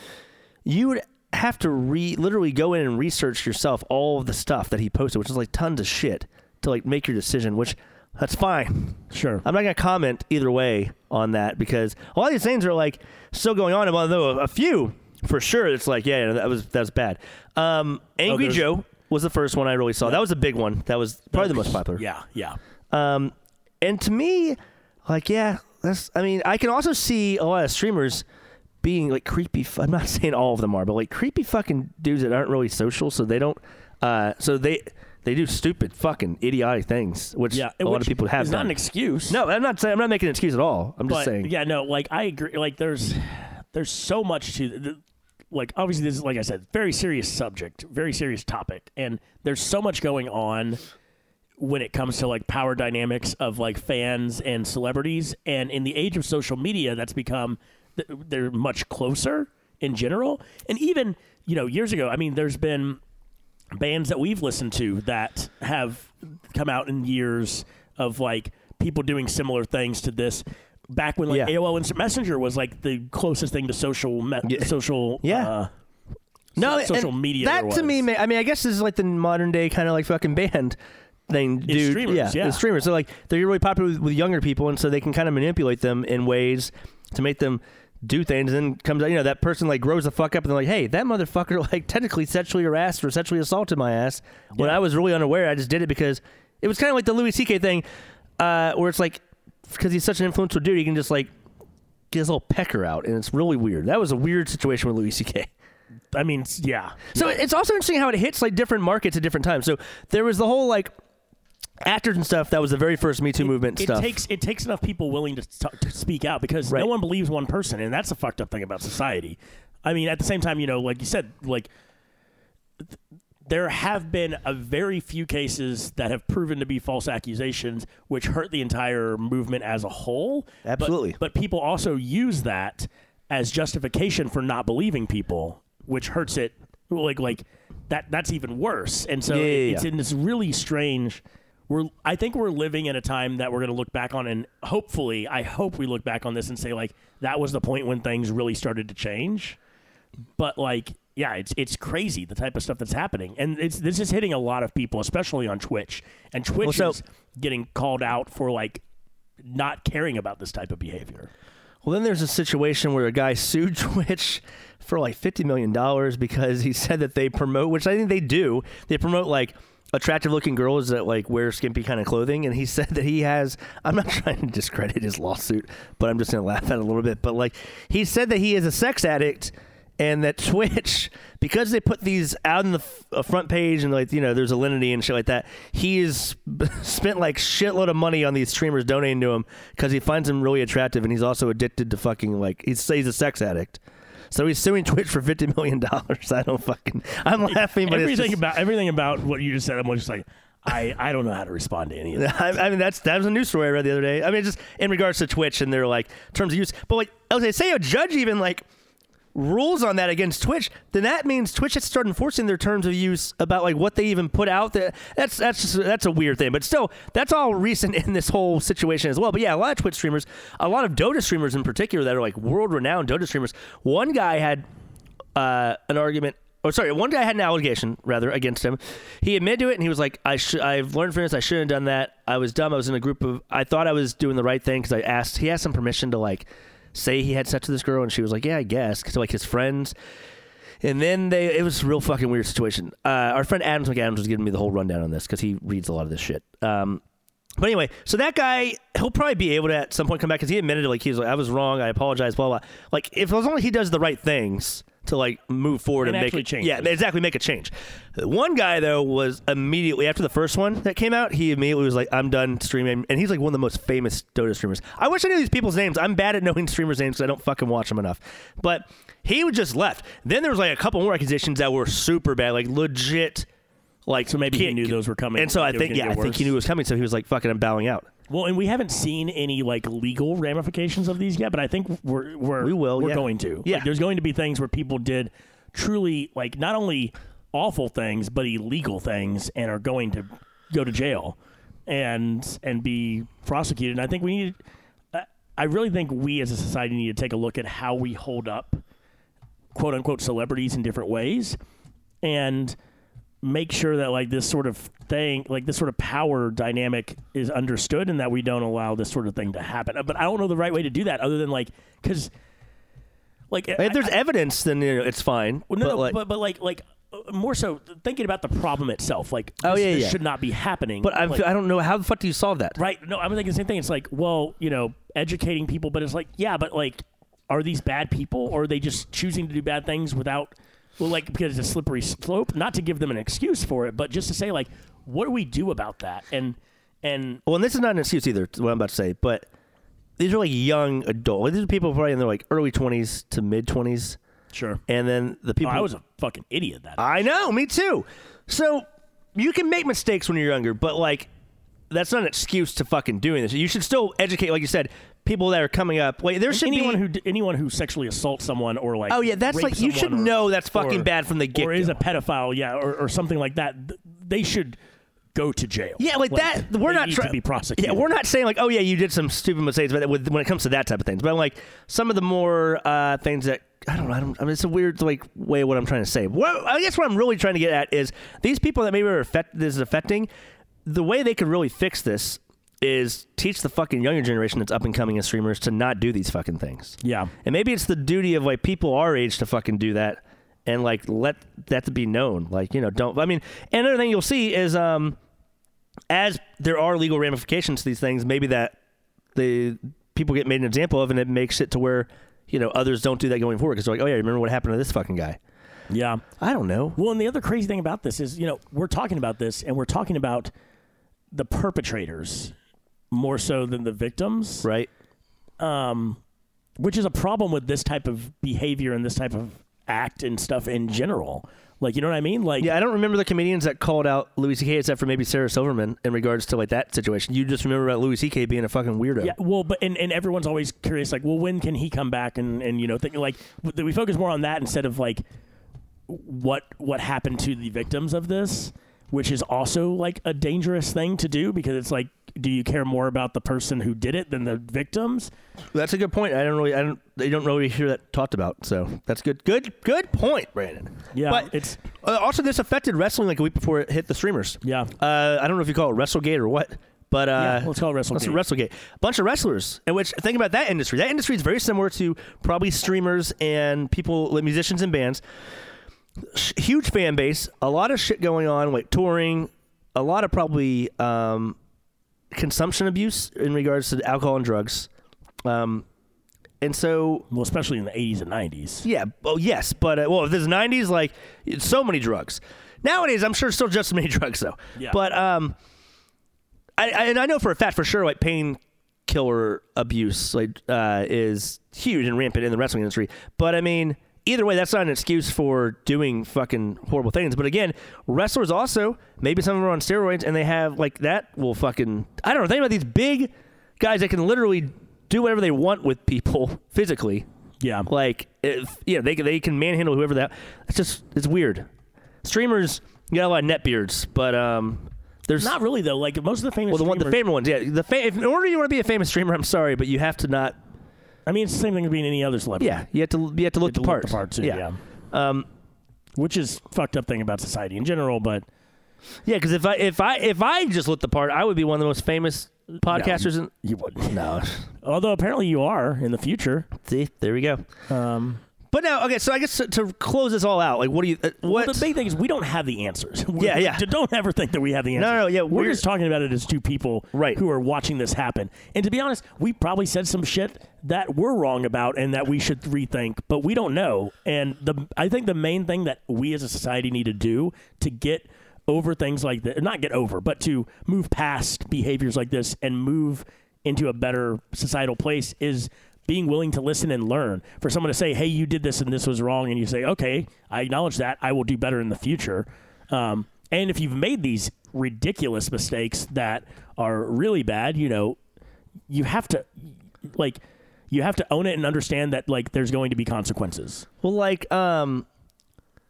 Speaker 1: You would have to re literally go in and research yourself all of the stuff that he posted, which is like tons of shit to like make your decision. Which that's fine.
Speaker 2: Sure.
Speaker 1: I'm not gonna comment either way on that because all these things are like still going on. And although a few for sure, it's like yeah, yeah, that was that was bad. Um, Angry
Speaker 2: there's-
Speaker 1: Joe was the first one I really saw. That was a big one. That was probably the most popular.
Speaker 2: Yeah, yeah.
Speaker 1: Um, and to me, like, yeah, that's. I mean, I can also see a lot of streamers being like creepy. f- I'm not saying all of them are, but like creepy fucking dudes that aren't really social, so they don't. Uh, so they they do stupid fucking idiotic things, which
Speaker 2: Yeah,
Speaker 1: a lot of
Speaker 2: which
Speaker 1: people have
Speaker 2: is
Speaker 1: done.
Speaker 2: not an excuse.
Speaker 1: no, I'm not saying I'm not making an excuse at all. I'm just
Speaker 2: but
Speaker 1: saying.
Speaker 2: yeah, no, like I agree. Like there's there's so much to the, like obviously this is like I said, very serious subject, very serious topic, and there's so much going on when it comes to like power dynamics of like fans and celebrities, and in the age of social media, that's become th- they're much closer in general, and even you know years ago, I mean, there's been bands that we've listened to that have come out in years of like people doing similar things to this. Back when like
Speaker 1: Yeah.
Speaker 2: AOL Instant Messenger was like the closest thing to social me-
Speaker 1: Yeah.
Speaker 2: social
Speaker 1: Yeah.
Speaker 2: uh,
Speaker 1: no,
Speaker 2: so- social
Speaker 1: and
Speaker 2: media
Speaker 1: That
Speaker 2: there
Speaker 1: to me,
Speaker 2: was.
Speaker 1: ma- I mean, I guess this is like the modern day kind of like fucking band thing, dude.
Speaker 2: streamers, yeah.
Speaker 1: it's streamers. So like they're really popular with, with younger people, and so they can kind of manipulate them in ways to make them do things. And then comes out, you know, that person like grows the fuck up, and they're like, hey, that motherfucker like technically sexually harassed or sexually assaulted my ass when I was really unaware. I just did it because it was kind of like the Louis C.K. thing, uh, where it's like because he's such an influential dude, he can just like. Get his little pecker out, and it's really weird. That was a weird situation with Louis C.K.
Speaker 2: I mean s- yeah.
Speaker 1: So it's also interesting how it hits like different markets at different times. So there was the whole like actors and stuff. That was the very first Me Too movement
Speaker 2: it
Speaker 1: stuff.
Speaker 2: takes it takes enough people willing to, t- to speak out because
Speaker 1: Right.
Speaker 2: no one believes one person, and that's a fucked up thing about society. I mean, at the same time, you know, like you said, like th- there have been a very few cases that have proven to be false accusations, which hurt the entire movement as a whole. But-
Speaker 1: Absolutely.
Speaker 2: but people also use that as justification for not believing people, which hurts it. Like like that that's even worse. And so
Speaker 1: Yeah, yeah,
Speaker 2: it- it's
Speaker 1: yeah.
Speaker 2: in this really strange. We're I think we're living in a time that we're going to look back on and hopefully I hope we look back on this and say like that was the point when things really started to change. But like yeah, it's it's crazy the type of stuff that's happening, and it's this is hitting a lot of people, especially on Twitch. And Twitch
Speaker 1: so-
Speaker 2: is getting called out for like not caring about this type of behavior.
Speaker 1: Well, then there's a situation where a guy sued Twitch for like $50 million because he said that they promote, which I think they do, they promote like attractive looking girls that like wear skimpy kind of clothing. And he said that he has, I'm not trying to discredit his lawsuit, but I'm just going to laugh at it a little bit. But like, he said that he is a sex addict and that Twitch, because they put these out in the f- uh, front page and like you know, there's Alinity and shit like that. He's spent like shitload of money on these streamers donating to him because he finds them really attractive, and he's also addicted to fucking like he's he's a sex addict. So he's suing Twitch for fifty million dollars. I don't fucking. I'm laughing, but
Speaker 2: everything
Speaker 1: it's just,
Speaker 2: about everything about what you just said, I'm just like, I, I don't know how to respond to any of that.
Speaker 1: I, I mean, that's that was a news story I read the other day. I mean, just in regards to Twitch and their like terms of use. But like, I was gonna say a judge even like rules on that against Twitch, then that means Twitch has to start enforcing their terms of use about like what they even put out. That that's that's just that's a weird thing. But still, that's all recent in this whole situation as well. But yeah, a lot of Twitch streamers, a lot of Dota streamers in particular that are like world renowned Dota streamers. One guy had uh, an argument. Or sorry, one guy had an allegation rather against him. He admitted to it, and he was like, "I should. I've learned from this. I shouldn't have done that. I was dumb. I was in a group of. I thought I was doing the right thing because I asked. He asked some permission to like say he had sex with this girl, and she was like, "Yeah, I guess." Because like his friends, and then they, it was a real fucking weird situation. Uh, our friend Adams McAdams was giving me the whole rundown on this because he reads a lot of this shit. Um, but anyway, so that guy, he'll probably be able to at some point come back because he admitted like he was like, I was wrong, I apologize, blah blah. Like if as long as he does the right things to like move forward and,
Speaker 2: And
Speaker 1: make
Speaker 2: actually
Speaker 1: it,
Speaker 2: change
Speaker 1: yeah,
Speaker 2: it.
Speaker 1: exactly, make a change. One guy though was immediately after the first one that came out, he immediately was like, I'm done streaming, and he's like one of the most famous Dota streamers. I wish I knew these people's names. I'm bad at knowing streamers' names because I don't fucking watch them enough. But he would just left. Then there was like a couple more accusations that were super bad, like legit. Like so,
Speaker 2: maybe he knew those were coming,
Speaker 1: and so I
Speaker 2: they were
Speaker 1: think
Speaker 2: gonna
Speaker 1: yeah, I
Speaker 2: get
Speaker 1: think he
Speaker 2: worse.
Speaker 1: knew it was coming, so he was like, "Fucking, I'm bowing out."
Speaker 2: Well, and we haven't seen any like legal ramifications of these yet, but I think we're we're
Speaker 1: We will,
Speaker 2: we're
Speaker 1: yeah.
Speaker 2: going to. Like,
Speaker 1: Yeah.
Speaker 2: there's going to be things where people did truly like not only awful things but illegal things and are going to go to jail and and be prosecuted. And I think we need I- I really think we as a society need to take a look at how we hold up quote unquote celebrities in different ways and make sure that like this sort of thing like this sort of power dynamic is understood and that we don't allow this sort of thing to happen Uh, but i don't know the right way to do that other than like because like I-
Speaker 1: If there's evidence, then you know, it's fine.
Speaker 2: well, no,
Speaker 1: but,
Speaker 2: no,
Speaker 1: like,
Speaker 2: but, but like like uh, more so thinking about the problem itself like
Speaker 1: Oh,
Speaker 2: this-
Speaker 1: yeah,
Speaker 2: this
Speaker 1: yeah.
Speaker 2: should not be happening
Speaker 1: but I'm,
Speaker 2: like,
Speaker 1: I don't know how the fuck do you solve that?
Speaker 2: Right. No, I'm thinking the same thing. It's like, well, you know, educating people, but it's like, yeah, but like, are these bad people or are they just choosing to do bad things without, well, like, because it's a slippery slope? Not to give them an excuse for it, but just to say, like, what do we do about that? And, and,
Speaker 1: Well, and this is not an excuse either. What I'm about to say, but these are like young adult. Like, these are people probably in their like early 20s to mid 20s,
Speaker 2: sure.
Speaker 1: and then the people.
Speaker 2: Oh, I was a fucking idiot that.
Speaker 1: I know, me too. So you can make mistakes when you're younger, but like that's not an excuse to fucking doing this. You should still educate, like you said, people that are coming up. Like there should
Speaker 2: anyone
Speaker 1: be
Speaker 2: who d- anyone who sexually assaults someone or like
Speaker 1: Oh, yeah, that's
Speaker 2: rapes
Speaker 1: like- you should
Speaker 2: someone or-
Speaker 1: know that's fucking
Speaker 2: or-
Speaker 1: bad from the
Speaker 2: or
Speaker 1: get-go.
Speaker 2: is a pedophile yeah or, or something like that th- they should go to jail
Speaker 1: Yeah, like, that. We're
Speaker 2: they
Speaker 1: not
Speaker 2: need
Speaker 1: trying
Speaker 2: to be prosecuted
Speaker 1: Yeah, we're not saying like, oh yeah, you did some stupid mistakes, but with, when it comes to that type of things, but I'm like some of the more uh, things that I don't know. I, don't, I mean, it's a weird like way of what I'm trying to say. What, I guess what I'm really trying to get at is these people that maybe are affect, this is affecting. The way they could really fix this is teach the fucking younger generation that's up and coming as streamers to not do these fucking things.
Speaker 2: yeah
Speaker 1: And maybe it's the duty of like people our age to fucking do that and like let that to be known. Like, you know, don't I mean and another thing you'll see is um as there are legal ramifications to these things, maybe that the people get made an example of and it makes it to where, you know, others don't do that going forward because they're like, Oh yeah, remember what happened to this fucking guy?
Speaker 2: yeah
Speaker 1: I don't know.
Speaker 2: Well, and the other crazy thing about this is, you know, we're talking about this and we're talking about the perpetrators more so than the victims,
Speaker 1: right?
Speaker 2: which is a problem with this type of behavior and this type of act and stuff in general. Like, you know what I mean? Like,
Speaker 1: Yeah, I don't remember the comedians that called out Louis C.K. except for maybe Sarah Silverman in regards to like that situation. You just remember about Louis C.K. being a fucking weirdo.
Speaker 2: Yeah, well, but and, and everyone's always curious, like, well, when can he come back? And and you know, think, like w- that we focus more on that instead of like what what happened to the victims of this, which is also like a dangerous thing to do because it's like, do you care more about the person who did it than the victims?
Speaker 1: That's a good point. I don't really, I don't, they don't really hear that talked about. So that's good, good, good point, Brandon.
Speaker 2: Yeah,
Speaker 1: but
Speaker 2: it's-
Speaker 1: uh, also this affected wrestling like a week before it hit the streamers.
Speaker 2: Yeah.
Speaker 1: uh, I don't know if you call it WrestleGate or what, but uh,
Speaker 2: Yeah, let's call it
Speaker 1: Let's
Speaker 2: WrestleGate.
Speaker 1: WrestleGate. Bunch of wrestlers. In which think about that industry. That industry is very similar to probably streamers and people, like musicians and bands. Sh- huge fan base. A lot of shit going on, like touring. A lot of probably um, consumption abuse in regards to alcohol and drugs. Um, and so
Speaker 2: Well, especially in the eighties and nineties.
Speaker 1: yeah, well, yes, but uh, well, if there's '90s, like it's so many drugs. Nowadays, I'm sure still just as many drugs though.
Speaker 2: Yeah.
Speaker 1: But um, I, I and I know for a fact for sure like painkiller abuse like uh, is huge and rampant in the wrestling industry. But I mean, either way, that's not an excuse for doing fucking horrible things. But again, wrestlers also maybe some of them are on steroids and they have like that will fucking I don't know. Think about these big guys that can literally do whatever they want with people physically.
Speaker 2: Yeah,
Speaker 1: Like, if, you know, they can- they can manhandle whoever that. It's just it's weird. Streamers you got a lot of netbeards, but um, there's
Speaker 2: not really though. Like most of the famous.
Speaker 1: well the one the
Speaker 2: streamers-
Speaker 1: famous ones. Yeah, the fa- if in order you want to be a famous streamer, I'm sorry, but you have to not.
Speaker 2: I mean, it's the same thing as being any other celebrity.
Speaker 1: Yeah, you have to you have to look
Speaker 2: to
Speaker 1: the part.
Speaker 2: look the part too.
Speaker 1: yeah,
Speaker 2: yeah.
Speaker 1: Um,
Speaker 2: Which is fucked up thing about society in general, but
Speaker 1: Because if I if I if I just looked the part, I would be one of the most famous podcasters. in
Speaker 2: you would
Speaker 1: no,
Speaker 2: Although apparently you are in the future.
Speaker 1: see, there we go.
Speaker 2: Um,
Speaker 1: But now, okay, so I guess to, to close this all out, like, what do you uh, what?
Speaker 2: Well, the big thing is we don't have the answers. We-
Speaker 1: Yeah, yeah.
Speaker 2: d- Don't ever think that we have the answers.
Speaker 1: no, yeah,
Speaker 2: We're,
Speaker 1: we're-
Speaker 2: just talking about it as two people
Speaker 1: Right.
Speaker 2: who are watching this happen. And to be honest, we probably said some shit that we're wrong about and that we should rethink, but we don't know. And the I think the main thing that we as a society need to do to get over things like that, not get over, but to move past behaviors like this and move into a better societal place is being willing to listen and learn. For someone to say, "Hey, you did this and this was wrong," and you say, "Okay, I acknowledge that. I will do better in the future." Um, and if you've made these ridiculous mistakes that are really bad, you know, you have to like you have to own it and understand that like there's going to be consequences.
Speaker 1: Well, like um,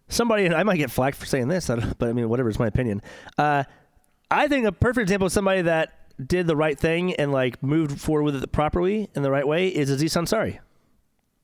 Speaker 1: somebody and I might get flack for saying this, I don't- but I mean, whatever. It's my opinion. Uh, I think a perfect example of somebody that did the right thing and like moved forward with it properly in the right way is Aziz Ansari.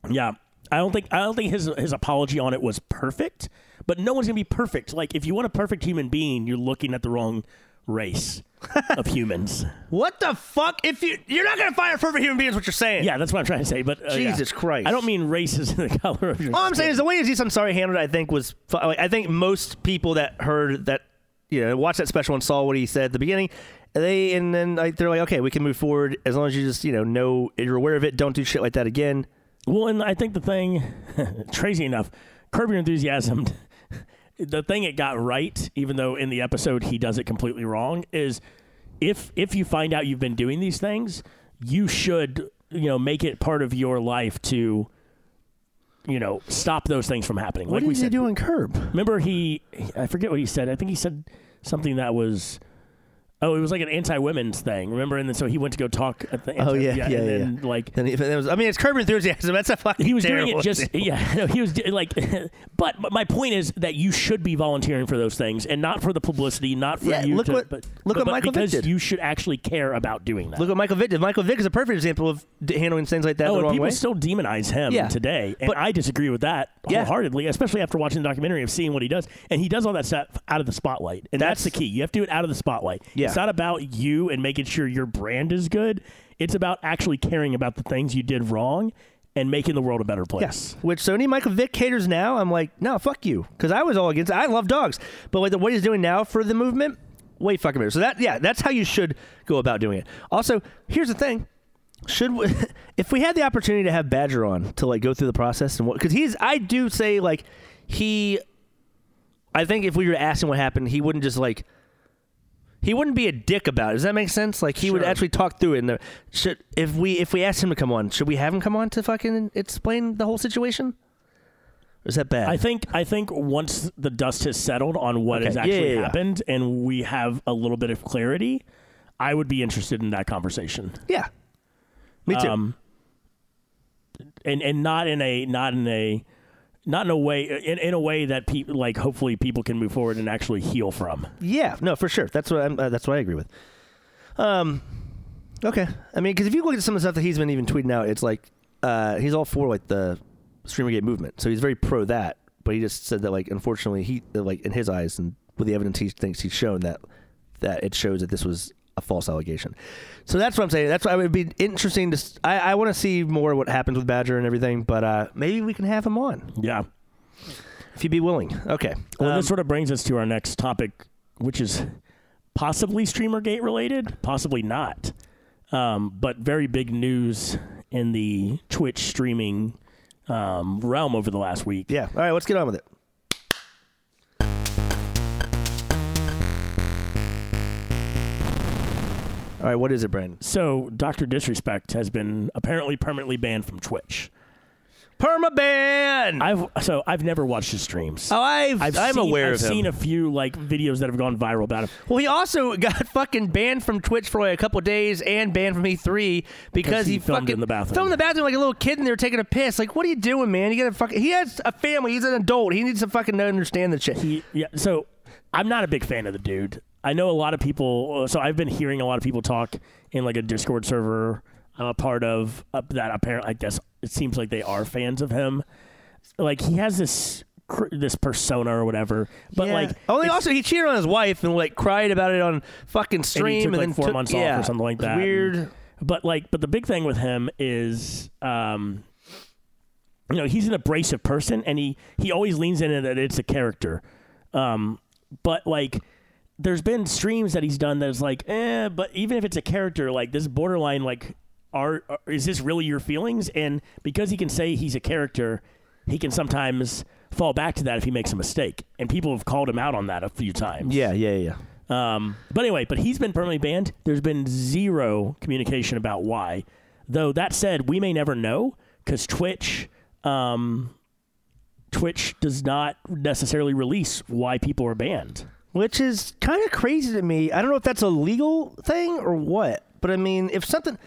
Speaker 2: Yeah. I don't think I don't think his his apology on it was perfect, but no one's going to be perfect. Like if you want a perfect human being, you're looking at the wrong race of humans.
Speaker 1: What the fuck? If you you're not gonna find a perfect human being, is what you're saying?
Speaker 2: Yeah, that's what I'm trying to say, but uh, yeah.
Speaker 1: Jesus Christ. Oh,
Speaker 2: I don't mean races in the color of your
Speaker 1: All I'm saying is the way Aziz Ansari handled it, I think was. fu- Like, I think most people that heard that, you know, watched that special and saw what he said at the beginning, they and then like, they're like, okay, we can move forward as long as you just you know know you're aware of it. Don't do shit like that again.
Speaker 2: Well, and I think the thing, crazy enough, Curb Your Enthusiasm, the thing it got right, even though in the episode he does it completely wrong, is if if you find out you've been doing these things, you should you know make it part of your life to you know stop those things from happening. like we said,
Speaker 1: doing, Curb?
Speaker 2: remember he I forget what he said. I think he said something that was. Oh, it was like an anti-women's thing. Remember, and then so he went to go talk at the.
Speaker 1: Oh, yeah, yeah,
Speaker 2: and
Speaker 1: yeah,
Speaker 2: Then, like
Speaker 1: Then he- then it was, I mean, it's Curb Enthusiasm. That's a fucking.
Speaker 2: he was doing
Speaker 1: terrible
Speaker 2: it just
Speaker 1: thing.
Speaker 2: yeah no, he was do- like but m- my point is that you should be volunteering for those things and not for the publicity not for
Speaker 1: Yeah,
Speaker 2: you
Speaker 1: look
Speaker 2: to,
Speaker 1: what-
Speaker 2: but,
Speaker 1: look
Speaker 2: but,
Speaker 1: what
Speaker 2: but
Speaker 1: Michael Vick
Speaker 2: because
Speaker 1: did.
Speaker 2: you should actually care about doing that
Speaker 1: Look at Michael Vick. did. Michael Vick is a perfect example of d- handling things like that
Speaker 2: oh
Speaker 1: the
Speaker 2: and
Speaker 1: wrong
Speaker 2: people
Speaker 1: way.
Speaker 2: still demonize him
Speaker 1: Yeah.
Speaker 2: today and
Speaker 1: But-
Speaker 2: i disagree with that
Speaker 1: Yeah.
Speaker 2: wholeheartedly especially after watching the documentary of seeing what he does and he does all that stuff out of the spotlight and that's,
Speaker 1: That's-
Speaker 2: the key you have to do it out of the spotlight
Speaker 1: Yeah.
Speaker 2: it's not about you and making sure your brand is good it's about actually caring about the things you did wrong and making the world a better place
Speaker 1: Yes. Which so any Michael Vick haters now, I'm like, no, fuck you, because I was all against. it. I love dogs, but like the, what he's doing now for the movement, way fucking better. So that yeah, that's how you should go about doing it. Also, here's the thing: should we, if we had the opportunity to have Badger on to like go through the process and what? Because he's, I do say like he, I think if we were asking what happened, he wouldn't just like. He wouldn't be a dick about it. Does that make sense? Like he would
Speaker 2: Sure.
Speaker 1: actually talk through it. And the, should if we if we asked him to come on, should we have him come on to fucking explain the whole situation? Or is that bad?
Speaker 2: I think I think once the dust has settled on what
Speaker 1: Okay.
Speaker 2: has
Speaker 1: Yeah,
Speaker 2: actually
Speaker 1: yeah, yeah.
Speaker 2: happened and we have a little bit of clarity, I would be interested in that conversation.
Speaker 1: yeah. Me too.
Speaker 2: Um, and and not in a not in a not in a way in, in a way that people like hopefully people can move forward and actually heal from.
Speaker 1: Yeah, no, for sure. That's what I'm, uh, that's what I agree with. Um, okay. I mean, because if you look at some of the stuff that he's been even tweeting out, it's like uh, he's all for like the streamergate movement, so he's very pro that. But he just said that like unfortunately he that, like in his eyes and with the evidence he thinks he's shown that that it shows that this was a false allegation. So that's what I'm saying. That's why it would be interesting to. s- I, I want to see more what happens with Badger and everything, but uh, maybe we can have him on
Speaker 2: Yeah.
Speaker 1: if you'd be willing. Okay.
Speaker 2: Well,
Speaker 1: Um,
Speaker 2: this sort of brings us to our next topic, which is possibly StreamerGate related, possibly not, um, but very big news in the Twitch streaming um, realm over the last week.
Speaker 1: yeah. All right. Let's get on with it. All right. What is it, Brandon?
Speaker 2: So, Dr. Disrespect has been apparently permanently banned from Twitch.
Speaker 1: Permaban.
Speaker 2: I've so I've never watched his streams.
Speaker 1: Oh, I've,
Speaker 2: I've
Speaker 1: am
Speaker 2: seen,
Speaker 1: aware
Speaker 2: I've
Speaker 1: of him.
Speaker 2: seen a few like videos that have gone viral about him.
Speaker 1: well, he also got fucking banned from Twitch for like a couple days and banned from E3 because
Speaker 2: he
Speaker 1: he,
Speaker 2: filmed
Speaker 1: fucking
Speaker 2: in the bathroom.
Speaker 1: filmed in the bathroom like a little kid and they were taking a piss. Like, what are you doing, man? You got to fucking. He has a family. He's an adult. He needs to fucking understand the shit.
Speaker 2: He, yeah, so I'm not a big fan of the dude. I know a lot of people. uh, So I've been hearing a lot of people talk in like a Discord server I'm a part of uh, that apparently, I guess it seems like they are fans of him. Like he has this cr- this persona or whatever, but
Speaker 1: Yeah.
Speaker 2: like
Speaker 1: only
Speaker 2: it's-
Speaker 1: also he cheated on his wife and like cried about it on fucking stream
Speaker 2: took,
Speaker 1: and,
Speaker 2: like,
Speaker 1: then
Speaker 2: four
Speaker 1: took-
Speaker 2: months off or
Speaker 1: yeah,
Speaker 2: something like
Speaker 1: it was
Speaker 2: that.
Speaker 1: Weird.
Speaker 2: But like, but the big thing with him is, um, you know, he's an abrasive person, and he he always leans in that it's a character. Um, but like, there's been streams that he's done that's like, eh. But even if it's a character, like this is borderline, like, are, are is this really your feelings? And because he can say he's a character, he can sometimes fall back to that if he makes a mistake. And people have called him out on that a few times.
Speaker 1: Yeah, yeah, yeah.
Speaker 2: Um, but anyway, but he's been permanently banned. There's been zero communication about why. Though that said, we may never know because Twitch, um, Twitch does not necessarily release why people are banned.
Speaker 1: Which is kind of crazy to me. I don't know if that's a legal thing or what, but I mean, if something.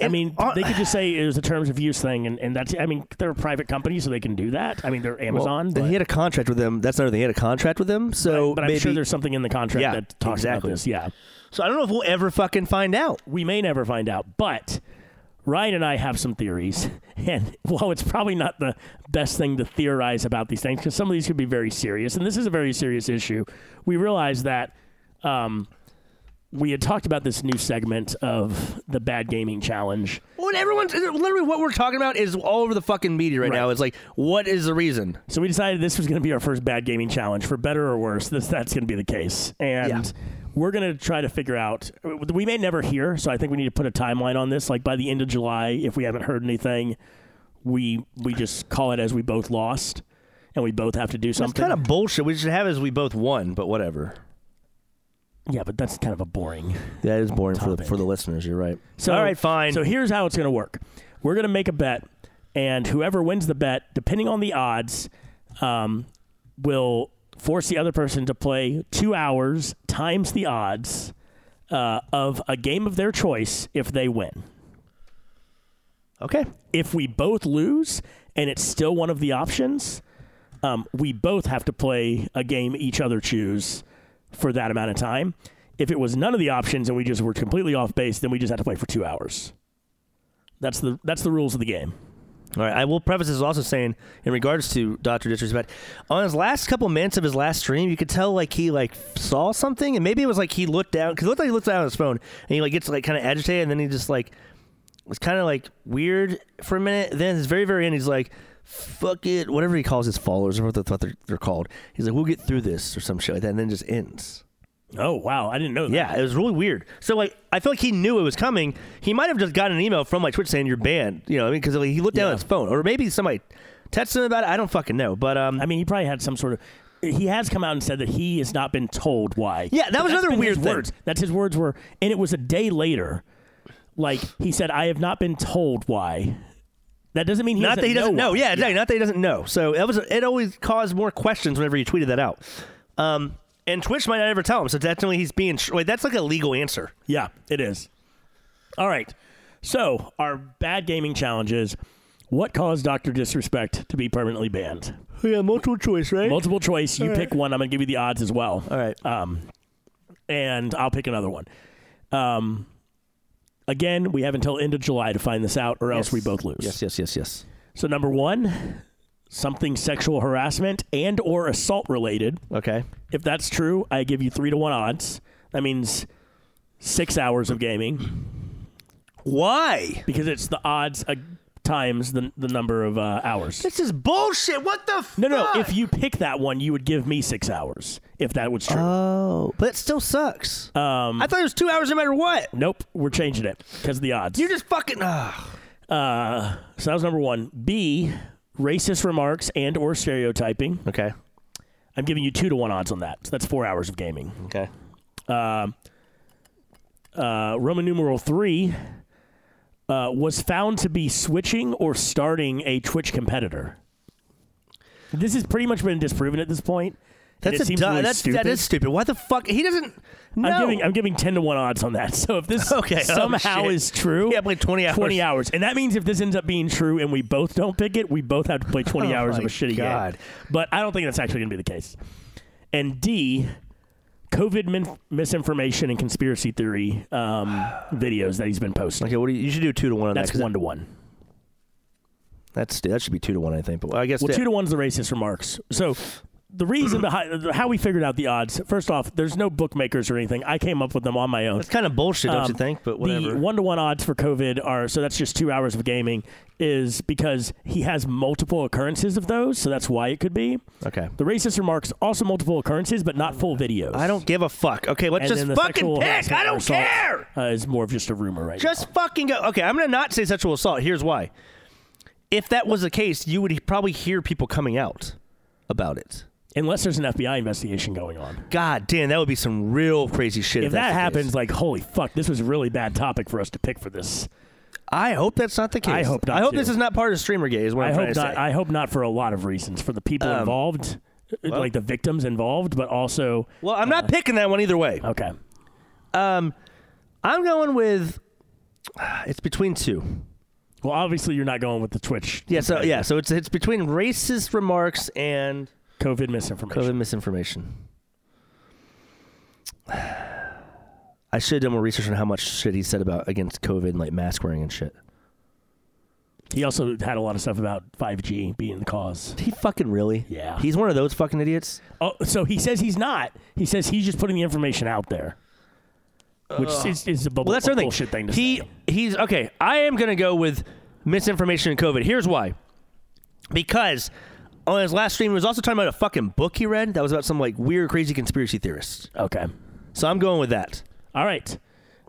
Speaker 2: I mean,
Speaker 1: uh,
Speaker 2: they could just say it was a terms of use thing, and, and that's. I mean, they're a private company, so they can do that. I mean, they're
Speaker 1: Well,
Speaker 2: Amazon,
Speaker 1: then
Speaker 2: but,
Speaker 1: he had a contract with them. That's another thing. He had a contract with them, so
Speaker 2: but I'm
Speaker 1: maybe.
Speaker 2: sure there's something in the contract
Speaker 1: Yeah,
Speaker 2: that talks
Speaker 1: exactly.
Speaker 2: about this. Yeah.
Speaker 1: so I don't know if we'll ever fucking find out.
Speaker 2: we may never find out. But Ryan and I have some theories, and while it's probably not the best thing to theorize about these things, because some of these could be very serious, and this is a very serious issue, we realize that um, we had talked about this new segment of the Bad Gaming Challenge.
Speaker 1: What everyone's literally what we're talking about is all over the fucking media right,
Speaker 2: Right.
Speaker 1: now. It's like, what is the reason?
Speaker 2: So we decided this was going to be our first Bad Gaming Challenge, for better or worse. This that's going to be the case, and. We're gonna try to figure out. We may never hear, so I think we need to put a timeline on this. Like by the end of July, if we haven't heard anything, we we just call it as we both lost and we both have to do
Speaker 1: It's
Speaker 2: something.
Speaker 1: kind of bullshit. We should have as we both won, but whatever.
Speaker 2: yeah, but that's kind of a boring.
Speaker 1: That is boring for the,
Speaker 2: Topic.
Speaker 1: for the listeners. You're right.
Speaker 2: So
Speaker 1: all right, fine.
Speaker 2: So here's how it's going to work. We're going to make a bet and whoever wins the bet, depending on the odds, um, will force the other person to play 2 hours times the odds uh, of a game of their choice if they win.
Speaker 1: okay.
Speaker 2: if we both lose and it's still one of the options, um, we both have to play a game each other choose for that amount of time. If it was none of the options and we just were completely off base, then we just had to play for two hours. That's the that's the rules of the game.
Speaker 1: All right. I will preface this also saying, in regards to Doctor Disrespect, on his last couple minutes of his last stream, you could tell like he like saw something, and maybe it was like he looked down because it looked like he looked down at his phone, and he like gets like kind of agitated, and then he just like was kind of like weird for a minute. Then at his very very end, he's like, "Fuck it," whatever he calls his followers or what the- what they're, they're called. He's like, "We'll get through this" or some shit like that, and then it just ends.
Speaker 2: Oh wow, I didn't know that.
Speaker 1: Yeah, it was really weird. So like, I feel like he knew it was coming. He might have just gotten an email from like Twitch saying you're banned. You know, what I mean, because like, he looked down
Speaker 2: Yeah.
Speaker 1: at his phone, or maybe somebody texted him about it. I don't fucking know. But um,
Speaker 2: I mean, he probably had some sort of he has come out and said that he has not been told why.
Speaker 1: Yeah, that
Speaker 2: But
Speaker 1: was
Speaker 2: that's
Speaker 1: another
Speaker 2: been
Speaker 1: weird
Speaker 2: his
Speaker 1: thing.
Speaker 2: words. That's his words were, and it was a day later. Like he said, I have not been told why. That doesn't mean he
Speaker 1: Not that he doesn't know.
Speaker 2: why.
Speaker 1: Yeah, exactly. Not that he doesn't know. So that was it. Always caused more questions whenever you tweeted that out. Um, and Twitch might not ever tell him. So definitely he's being. tr- Wait, that's like a legal answer.
Speaker 2: Yeah, it is. All right. So, our bad gaming challenges. What caused Dr. Disrespect to be permanently banned?
Speaker 1: Yeah, multiple choice, right?
Speaker 2: Multiple choice. You pick one. I'm going to give you the odds as well.
Speaker 1: All right.
Speaker 2: Um, and I'll pick another one. Um, again, we have until end of July to find this out, or else we both lose.
Speaker 1: Yes, yes, yes, yes.
Speaker 2: So, number one, something sexual harassment and or assault related.
Speaker 1: Okay.
Speaker 2: If that's true, I give you three to one odds. That means six hours of gaming.
Speaker 1: Why?
Speaker 2: because it's the odds uh, times the the number of uh, hours.
Speaker 1: This is bullshit. What the?
Speaker 2: No, no. If you pick that one, you would give me six hours if that was true.
Speaker 1: Oh, but it still sucks.
Speaker 2: um,
Speaker 1: I thought it was two hours no matter what.
Speaker 2: nope, we're changing it because of the odds.
Speaker 1: You're just fucking. ugh.
Speaker 2: Uh, so that was number one. B, racist remarks and or stereotyping.
Speaker 1: Okay.
Speaker 2: I'm giving you two to one odds on that. So that's four hours of gaming.
Speaker 1: Okay.
Speaker 2: Uh, Roman numeral three. Uh, was found to be switching or starting a Twitch competitor. This has pretty much been disproven at this point. and
Speaker 1: That's
Speaker 2: it
Speaker 1: a
Speaker 2: seems
Speaker 1: dumb.
Speaker 2: really
Speaker 1: that's
Speaker 2: stupid.
Speaker 1: that is stupid. Why the fuck? He doesn't. No.
Speaker 2: I'm giving I'm giving ten to one odds on that. So if this
Speaker 1: Okay. Oh,
Speaker 2: somehow
Speaker 1: shit.
Speaker 2: is true,
Speaker 1: Yeah, I played 20 hours.
Speaker 2: twenty hours, and that means if this ends up being true and we both don't pick it, we both have to play twenty
Speaker 1: Oh
Speaker 2: hours of
Speaker 1: my
Speaker 2: a shitty
Speaker 1: God.
Speaker 2: game. But I don't think that's actually going to be the case. And D, COVID min- misinformation and conspiracy theory um, videos that he's been posting.
Speaker 1: Okay. What do you, you should do two to one on
Speaker 2: That's
Speaker 1: that. 'cause
Speaker 2: one to one.
Speaker 1: That's that should be two to one, I think. But I guess
Speaker 2: Well,
Speaker 1: that-
Speaker 2: two to one's the racist remarks. So the reason behind how we figured out the odds. First off, there's no bookmakers or anything. I came up with them on my own.
Speaker 1: That's kind of bullshit, don't
Speaker 2: Um,
Speaker 1: you think? But whatever.
Speaker 2: The one to one odds for COVID are so that's just two hours of gaming is because he has multiple occurrences of those, so that's why it could be.
Speaker 1: okay.
Speaker 2: The racist remarks also multiple occurrences, but not full videos.
Speaker 1: I don't give a fuck. Okay, let's
Speaker 2: And
Speaker 1: just
Speaker 2: then the
Speaker 1: fucking
Speaker 2: sexual
Speaker 1: pick.
Speaker 2: harassment
Speaker 1: I
Speaker 2: or
Speaker 1: don't
Speaker 2: assault,
Speaker 1: care.
Speaker 2: Uh, is more of just a rumor, right?
Speaker 1: Just fucking go. Okay, I'm gonna not say sexual assault. Here's why. If that was the case, you would probably hear people coming out about it.
Speaker 2: now. unless there's an FBI investigation going on.
Speaker 1: God damn, that would be some real crazy shit. If,
Speaker 2: If that
Speaker 1: that's the
Speaker 2: happens,
Speaker 1: case.
Speaker 2: like holy fuck, this was a really bad topic for us to pick for this.
Speaker 1: I hope that's not the case.
Speaker 2: I hope not,
Speaker 1: I hope
Speaker 2: too.
Speaker 1: this is not part of streamer gay. Is what
Speaker 2: I
Speaker 1: am trying
Speaker 2: hope
Speaker 1: to
Speaker 2: not.
Speaker 1: say. Um,
Speaker 2: I hope not for a lot of reasons for the people involved, like the victims involved, but also
Speaker 1: well, I'm not picking that one either way. Um,
Speaker 2: okay.
Speaker 1: I'm going with. It's between two.
Speaker 2: Well, obviously you're not going with the Twitch.
Speaker 1: Yeah. So yeah. So it's it's between racist remarks and
Speaker 2: COVID misinformation.
Speaker 1: COVID misinformation. I should have done more research on how much shit he said about against COVID and like mask wearing and shit.
Speaker 2: He also had a lot of stuff about 5G being the cause.
Speaker 1: He fucking really?
Speaker 2: Yeah.
Speaker 1: He's one of those fucking idiots.
Speaker 2: Oh, so he says he's not. He says he's just putting the information out there, which is, is a bu-
Speaker 1: Well, that's
Speaker 2: a
Speaker 1: the other
Speaker 2: bullshit thing to
Speaker 1: he
Speaker 2: say.
Speaker 1: he's okay. I am gonna go with misinformation and COVID. Here's why. Because on his last stream, he was also talking about a fucking book he read that was about some like weird, crazy conspiracy theorist.
Speaker 2: Okay.
Speaker 1: So I'm going with that.
Speaker 2: All right.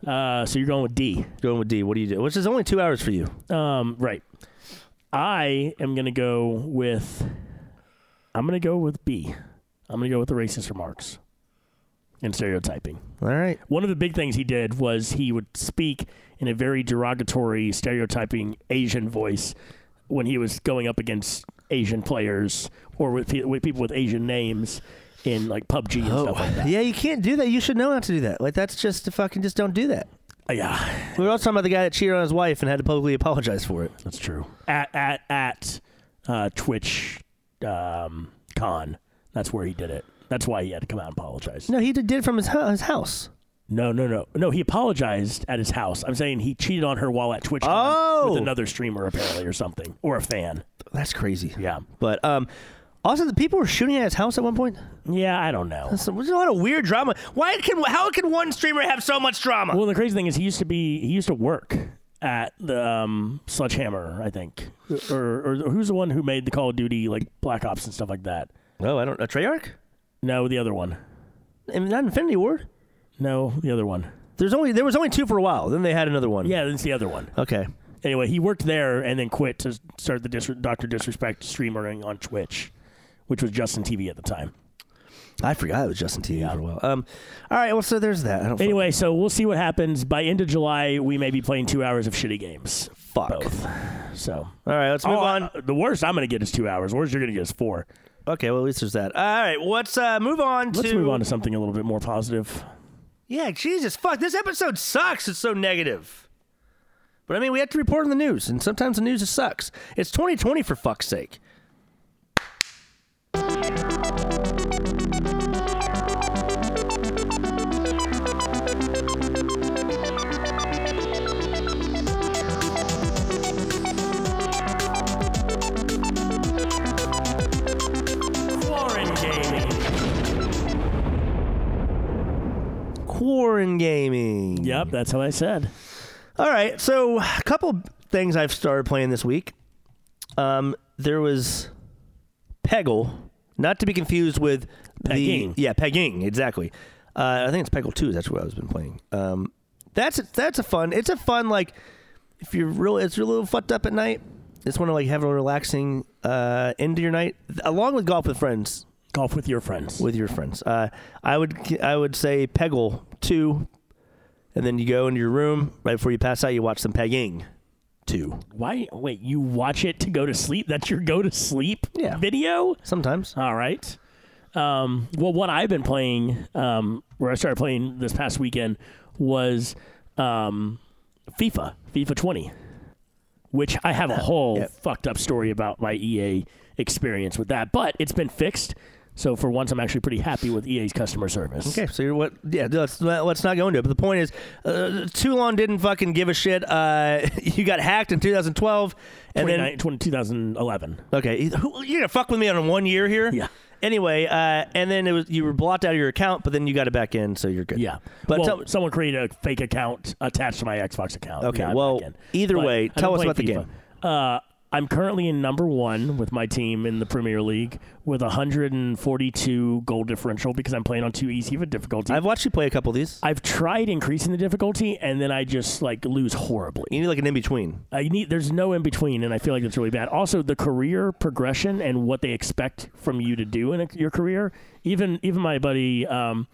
Speaker 2: Uh, so you're going with D.
Speaker 1: Going with D. What do you do? Which is only two hours for you.
Speaker 2: Um, right. I am going to go with. I'm going to go with B. I'm going to go with the racist remarks and stereotyping.
Speaker 1: All right.
Speaker 2: One of the big things he did was he would speak in a very derogatory, stereotyping Asian voice when he was going up against Asian players or with, pe- with people with Asian names in like PUBG and stuff like that.
Speaker 1: Oh. yeah, you can't do that. You should know not to do that. Like that's just to fucking just don't do that.
Speaker 2: Yeah,
Speaker 1: We were also talking about the guy that cheated on his wife and had to publicly apologize for it.
Speaker 2: that's true. At at at uh, Twitch um, con, that's where he did it. That's why he had to come out and apologize.
Speaker 1: No, he did it from his hu- his house.
Speaker 2: No, no, no, no. He apologized at his house. I'm saying he cheated on her while at TwitchCon
Speaker 1: Oh!
Speaker 2: with another streamer apparently or something or a fan.
Speaker 1: That's crazy.
Speaker 2: Yeah,
Speaker 1: But um, also the people were shooting at his house at one point.
Speaker 2: yeah. I don't know.
Speaker 1: So there's a lot of weird drama. Why can how can one streamer have so much drama?
Speaker 2: Well, the crazy thing is, he used to be he used to work at the um, Sledgehammer, I think, or, or who's the one who made the Call of Duty like Black Ops and stuff like that?
Speaker 1: oh, I don't. A Treyarch?
Speaker 2: No, the other one.
Speaker 1: And not Infinity Ward.
Speaker 2: No, the other one.
Speaker 1: There's only there was only two for a while. Then they had another one.
Speaker 2: Yeah, it's the other one.
Speaker 1: Okay.
Speaker 2: Anyway, he worked there and then quit to start the Dis- Doctor Disrespect streamering on Twitch, which was Justin TV at the time.
Speaker 1: I forgot it was Justin TV for a while. Um, all right. Well, so there's that. I don't
Speaker 2: Anyway, so we'll see what happens. By end of July, we may be playing two hours of shitty games.
Speaker 1: fuck.
Speaker 2: Both. So
Speaker 1: All right. Let's move
Speaker 2: Oh,
Speaker 1: on.
Speaker 2: uh, the worst I'm going to get is two hours. Worst you're going to get is four.
Speaker 1: okay. Well, at least there's that. All right. Let's uh, move on
Speaker 2: Let's
Speaker 1: to.
Speaker 2: move on to something a little bit more positive.
Speaker 1: Yeah. Jesus. Fuck. This episode sucks. It's so negative. But I mean, we have to report on the news, and sometimes the news just sucks. It's 2020 for fuck's sake.
Speaker 2: Foreign gaming.
Speaker 1: Quarren gaming.
Speaker 2: Yep, that's how I said.
Speaker 1: All right, so a couple things I've started playing this week. Um, there was Peggle, not to be confused with
Speaker 2: Pegging.
Speaker 1: The, yeah, Pegging, exactly. Uh, I think it's Peggle Two. That's what I've been playing. Um, that's that's a fun. It's a fun like if you're real, it's a little fucked up at night. It's want to like have a relaxing uh, end to your night, along with golf with friends
Speaker 2: Golf with your friends.
Speaker 1: with your friends. Uh, I would I would say Peggle two, and then you go into your room right before you pass out. You watch some pegging two.
Speaker 2: Why? Wait, you watch it to go to sleep? That's your go to sleep
Speaker 1: Yeah.
Speaker 2: video?
Speaker 1: Sometimes
Speaker 2: All right. Um, well, what I've been playing, um, where I started playing this past weekend, was um, FIFA, FIFA 20, which I have a whole
Speaker 1: Oh, Yep.
Speaker 2: fucked up story about my EA experience with that, but it's been fixed. So for once, I'm actually pretty happy with EA's customer service.
Speaker 1: okay. So you're what? Yeah. Let's not- let's not go into it. But the point is, uh, Toulon didn't fucking give a shit. Uh, you got hacked in 2012, and then
Speaker 2: 29 20 2011.
Speaker 1: okay, who- you're gonna fuck with me on one year here.
Speaker 2: Yeah.
Speaker 1: Anyway, uh, and then it was you were blocked out of your account, but then you got it back in, so you're good.
Speaker 2: Yeah,
Speaker 1: But
Speaker 2: but
Speaker 1: tell-
Speaker 2: someone created a fake account attached to my Xbox account.
Speaker 1: Okay,
Speaker 2: Yeah, I'm
Speaker 1: well,
Speaker 2: back in.
Speaker 1: either
Speaker 2: But
Speaker 1: way,
Speaker 2: I've been
Speaker 1: tell us
Speaker 2: playing
Speaker 1: about the
Speaker 2: FIFA. Uh, I'm currently in number one with my team in the Premier League with 142 goal differential because I'm playing on too easy of a difficulty.
Speaker 1: I've watched you play a couple of these.
Speaker 2: I've tried increasing the difficulty and then I just like lose horribly.
Speaker 1: you need like an in between.
Speaker 2: I need there's no in between, and I feel like that's really bad. Also, the career progression and what they expect from you to do in a, your career. Even even my buddy um,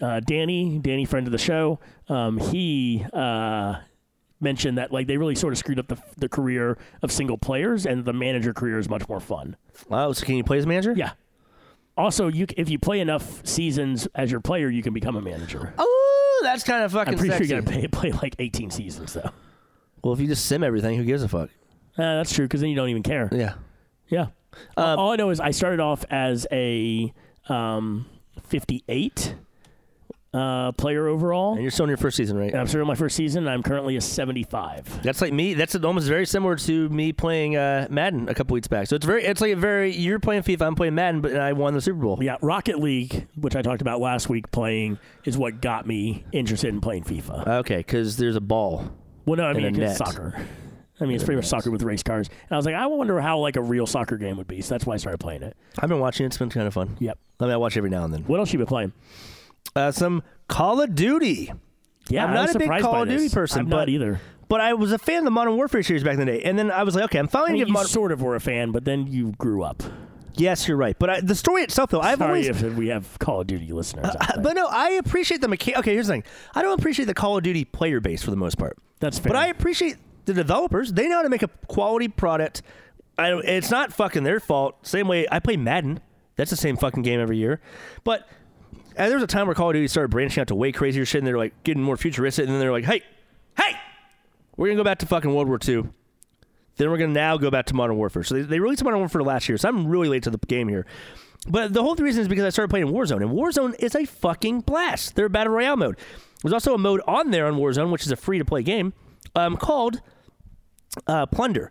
Speaker 2: uh, Danny, Danny, friend of the show, um, he uh, mentioned that like they really sort of screwed up the the career of single players, and the manager career is much more fun.
Speaker 1: Wow. So can you play as manager?
Speaker 2: Yeah. Also, you c- if you play enough seasons as your player, you can become a manager.
Speaker 1: Oh, that's kind of fucking
Speaker 2: I'm pretty
Speaker 1: sexy.
Speaker 2: sure you gotta pay, play like 18 seasons though.
Speaker 1: well, if you just sim everything, who gives a fuck?
Speaker 2: Uh, that's true because then you don't even care.
Speaker 1: Yeah.
Speaker 2: Yeah. Uh,
Speaker 1: Um,
Speaker 2: All I know is I started off as a um, 58 uh, player overall.
Speaker 1: And you're still in your first season, right?
Speaker 2: And I'm starting my first season. And I'm currently a 75.
Speaker 1: That's like me. That's almost very similar to me playing uh, Madden a couple weeks back. So it's very, it's like a very. You're playing FIFA, I'm playing Madden, but I won the Super Bowl.
Speaker 2: Yeah, Rocket League, which I talked about last week, playing is what got me interested in playing FIFA.
Speaker 1: Okay, because there's a ball.
Speaker 2: Well, no, I mean
Speaker 1: a Uh, net.
Speaker 2: it's soccer. I mean it's pretty much soccer with race cars. And I was like, I wonder how like a real soccer game would be. So that's why I started playing it.
Speaker 1: I've been watching. it. It's been kind of fun.
Speaker 2: Yep.
Speaker 1: I mean, I watch every now and then.
Speaker 2: What else you been playing?
Speaker 1: Uh, some Call of Duty,
Speaker 2: Yeah,
Speaker 1: I'm
Speaker 2: I
Speaker 1: not
Speaker 2: was
Speaker 1: a big
Speaker 2: surprised
Speaker 1: Call
Speaker 2: by
Speaker 1: of Duty
Speaker 2: this.
Speaker 1: person,
Speaker 2: I'm
Speaker 1: but-
Speaker 2: not either.
Speaker 1: but I was a fan of the Modern Warfare series back in the day, and then I was like, okay, I'm
Speaker 2: I
Speaker 1: finally
Speaker 2: mean,
Speaker 1: giving
Speaker 2: you
Speaker 1: Modern.
Speaker 2: sort of were a fan, but then you grew up.
Speaker 1: yes, you're right. But I, the story itself, though, I've
Speaker 2: Sorry
Speaker 1: always Uh,
Speaker 2: if we have Call of Duty listeners. out there.
Speaker 1: But no, I appreciate the mechanic. Okay, here's the thing: I don't appreciate the Call of Duty player base for the most part,
Speaker 2: That's fair.
Speaker 1: but I appreciate the developers. They know how to make a quality product. I don't, it's not fucking their fault. Same way I play Madden. That's the same fucking game every year. But and there was a time where Call of Duty started branching out to way crazier shit, and they're like getting more futuristic, and then they're like, "Hey, hey, we're gonna go back to fucking World War II." Then we're gonna now go back to Modern Warfare. So they, they released Modern Warfare last year, so I'm really late to the game here. But the whole reason is because I started playing Warzone, and Warzone is a fucking blast. Their battle royale mode. There's also a mode on there on Warzone, which is a free to play game, um, called uh, Plunder.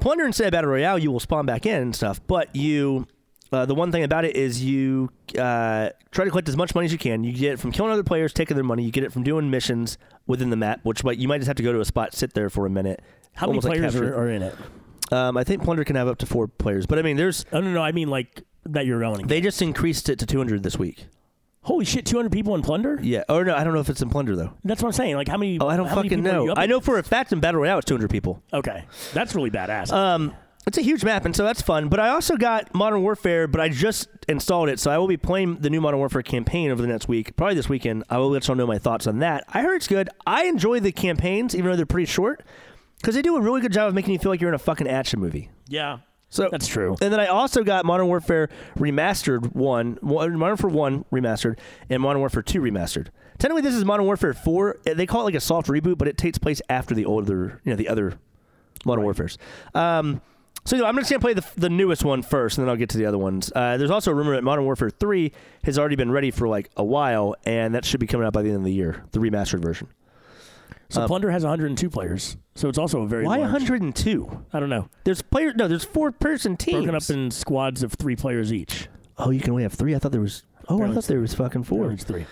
Speaker 1: Plunder instead of battle royale, you will spawn back in and stuff. But you, uh, the one thing about it is you uh, try to collect as much money as you can. You get it from killing other players, taking their money. You get it from doing missions within the map, which might, you might just have to go to a spot, sit there for a minute.
Speaker 2: How many
Speaker 1: almost like
Speaker 2: players
Speaker 1: capture.
Speaker 2: are, are in it?
Speaker 1: Um, I think Plunder can have up to four players, but I mean, there's
Speaker 2: Oh no, no, I mean like that you're owning.
Speaker 1: they just increased it to 200 this week.
Speaker 2: Holy shit, 200 people in Plunder?
Speaker 1: Yeah. Or no, I don't know if it's in Plunder though.
Speaker 2: That's what I'm saying. Like how many?
Speaker 1: Oh, I don't
Speaker 2: how many
Speaker 1: fucking
Speaker 2: people are you
Speaker 1: know.
Speaker 2: up
Speaker 1: I know
Speaker 2: against?
Speaker 1: for a fact in Battle Royale it's 200 people.
Speaker 2: Okay, that's really badass.
Speaker 1: Um, It's a huge map, and so that's fun. But I also got Modern Warfare, but I just installed it, so I will be playing the new Modern Warfare campaign over the next week, probably this weekend. I will let y'all know my thoughts on that. I heard it's good. I enjoy the campaigns, even though they're pretty short, because they do a really good job of making you feel like you're in a fucking action movie.
Speaker 2: Yeah.
Speaker 1: So
Speaker 2: That's true.
Speaker 1: And then I also got Modern Warfare Remastered one, one- Modern Warfare One Remastered, and Modern Warfare Two Remastered. Technically, this is Modern Warfare Four. Uh, They call it like a soft reboot, but it takes place after the older, you know, the other Modern Warfares. Um, so you know, I'm just gonna play the, the newest one first, and then I'll get to the other ones. Uh, there's also a rumor that Modern Warfare Three has already been ready for like a while, and that should be coming out by the end of the year, the remastered version.
Speaker 2: So Plunder has 102 players, so it's also a very
Speaker 1: Why
Speaker 2: large-
Speaker 1: 102?
Speaker 2: I don't know.
Speaker 1: There's player no, there's four person teams.
Speaker 2: Broken up in squads of three players each.
Speaker 1: Oh, you can only have three. I thought there was. Oh, I
Speaker 2: Apparently
Speaker 1: thought there was fucking four.
Speaker 2: Or it's three.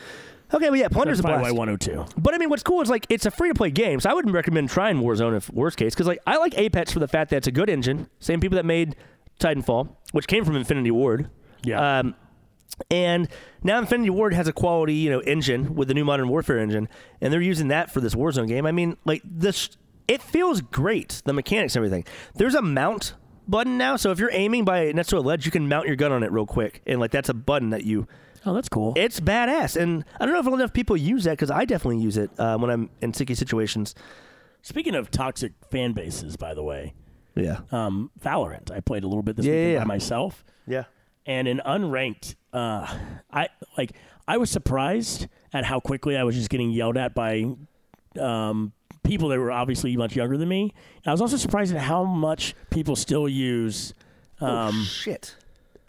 Speaker 1: Okay, but yeah, Plunder's
Speaker 2: That's
Speaker 1: a
Speaker 2: probably
Speaker 1: blast.
Speaker 2: why 102.
Speaker 1: But I mean, what's cool is like it's a free to play game, so I wouldn't recommend trying Warzone if worst case because like I like Apex for the fact that it's a good engine, same people that made Titanfall, which came from Infinity Ward.
Speaker 2: Yeah.
Speaker 1: Um, and now Infinity Ward has a quality, you know, engine with the new Modern Warfare engine, and they're using that for this Warzone game. I mean, like this, it feels great. The mechanics, and everything. There's a mount button now, so if you're aiming by next to a ledge, you can mount your gun on it real quick, and like that's a button that you.
Speaker 2: oh, that's cool.
Speaker 1: It's badass, and I don't know if enough people use that because I definitely use it uh, when I'm in sticky situations.
Speaker 2: Speaking of toxic fan bases, by the way,
Speaker 1: Yeah,
Speaker 2: um, Valorant. I played a little bit this
Speaker 1: Yeah,
Speaker 2: weekend
Speaker 1: yeah, yeah.
Speaker 2: by myself,
Speaker 1: yeah.
Speaker 2: and in unranked, uh, I like I was surprised at how quickly I was just getting yelled at by um, people that were obviously much younger than me. And I was also surprised at how much people still use
Speaker 1: oh
Speaker 2: um,
Speaker 1: shit!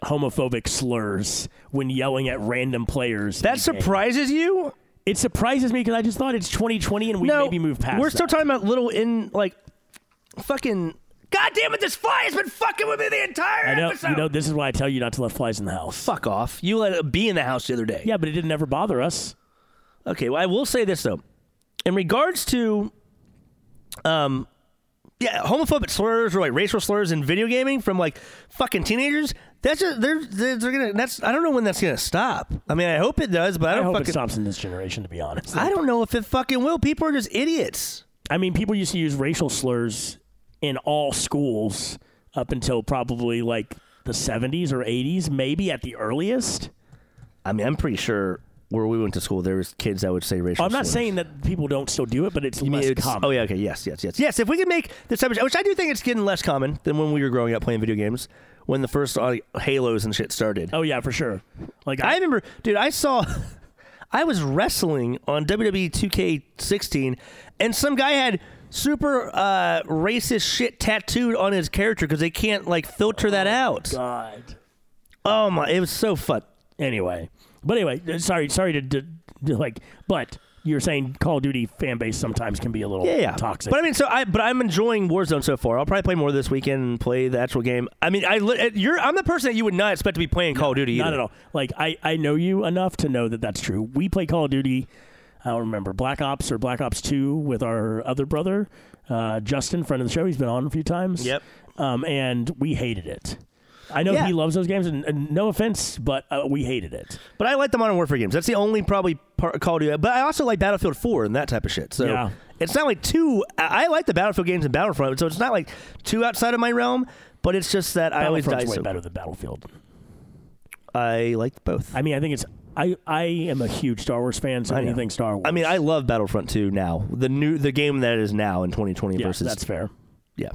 Speaker 2: homophobic slurs when yelling at random players. in
Speaker 1: That
Speaker 2: the game.
Speaker 1: surprises you?
Speaker 2: It surprises me because I just thought it's 2020 and we maybe move past.
Speaker 1: We're
Speaker 2: that.
Speaker 1: still talking about little in like fucking. God damn it! This fly has been fucking with me the entire
Speaker 2: I know,
Speaker 1: episode.
Speaker 2: you know, this is why I tell you not to let flies in the house.
Speaker 1: Fuck off! You let it be in the house the other day.
Speaker 2: Yeah, but it didn't ever bother us.
Speaker 1: Okay. Well, I will say this though, in regards to, um, yeah, homophobic slurs or like racial slurs in video gaming from like fucking teenagers. That's a, they're, they're they're gonna. That's I don't know when that's gonna stop. I mean, I hope it does, but I
Speaker 2: I
Speaker 1: don't
Speaker 2: hope it
Speaker 1: fucking.
Speaker 2: stops in this generation, to be honest.
Speaker 1: I don't know if it fucking will. People are just idiots.
Speaker 2: I mean, people used to use racial slurs in all schools up until probably like the 70s or 80s, maybe at the earliest.
Speaker 1: I mean, I'm pretty sure where we went to school, there was kids that would say racial.
Speaker 2: Well, Oh, I'm not
Speaker 1: slurs.
Speaker 2: saying that people don't still do it, but it's
Speaker 1: I mean,
Speaker 2: less
Speaker 1: it's-
Speaker 2: common.
Speaker 1: Oh yeah, okay, yes, yes, yes, yes. If we could make the subject, which I do think it's getting less common than when we were growing up playing video games, when the first like, Halos and shit started.
Speaker 2: Oh, yeah, for sure. Like
Speaker 1: I
Speaker 2: I,
Speaker 1: remember, dude. I saw, I was wrestling on E WWE 2K16, and some guy had super uh, racist shit tattooed on his character because they can't like filter that out.
Speaker 2: Oh, God.
Speaker 1: Oh my, it was so fun.
Speaker 2: Anyway, but anyway, uh, sorry, sorry to, to, to, like, but you're saying Call of Duty fan base sometimes can be a little
Speaker 1: Yeah, yeah.
Speaker 2: toxic.
Speaker 1: But I mean, so I but I'm enjoying Warzone so far. I'll probably play more this weekend and play the actual game. I mean, I li- uh, you're I'm the person that you would not expect to be playing Call of Duty.
Speaker 2: Not
Speaker 1: either.
Speaker 2: at all. Like I, I know you enough to know that that's true. We play Call of Duty. I don't remember Black Ops or Black Ops Two with our other brother, uh, Justin, friend of the show. He's been on a few times.
Speaker 1: Yep.
Speaker 2: Um, and we hated it. I know
Speaker 1: Yeah.
Speaker 2: he loves those games, and, and no offense, but uh, we hated it.
Speaker 1: But I like the Modern Warfare games. That's the only probably part Call of Duty. But I also like Battlefield 4 and that type of shit. So
Speaker 2: Yeah.
Speaker 1: it's not like two. I I like the Battlefield games and Battlefront, so it's not like two outside of my realm. But it's just that I always die.
Speaker 2: Battlefront's way
Speaker 1: so-
Speaker 2: better than Battlefield.
Speaker 1: I like both.
Speaker 2: I mean, I think it's. I, I am a huge Star Wars fan, so
Speaker 1: know.
Speaker 2: anything Star Wars.
Speaker 1: I mean, I love Battlefront 2 now. The new the game that it is now in 2020
Speaker 2: yeah,
Speaker 1: versus
Speaker 2: that's fair.
Speaker 1: yeah.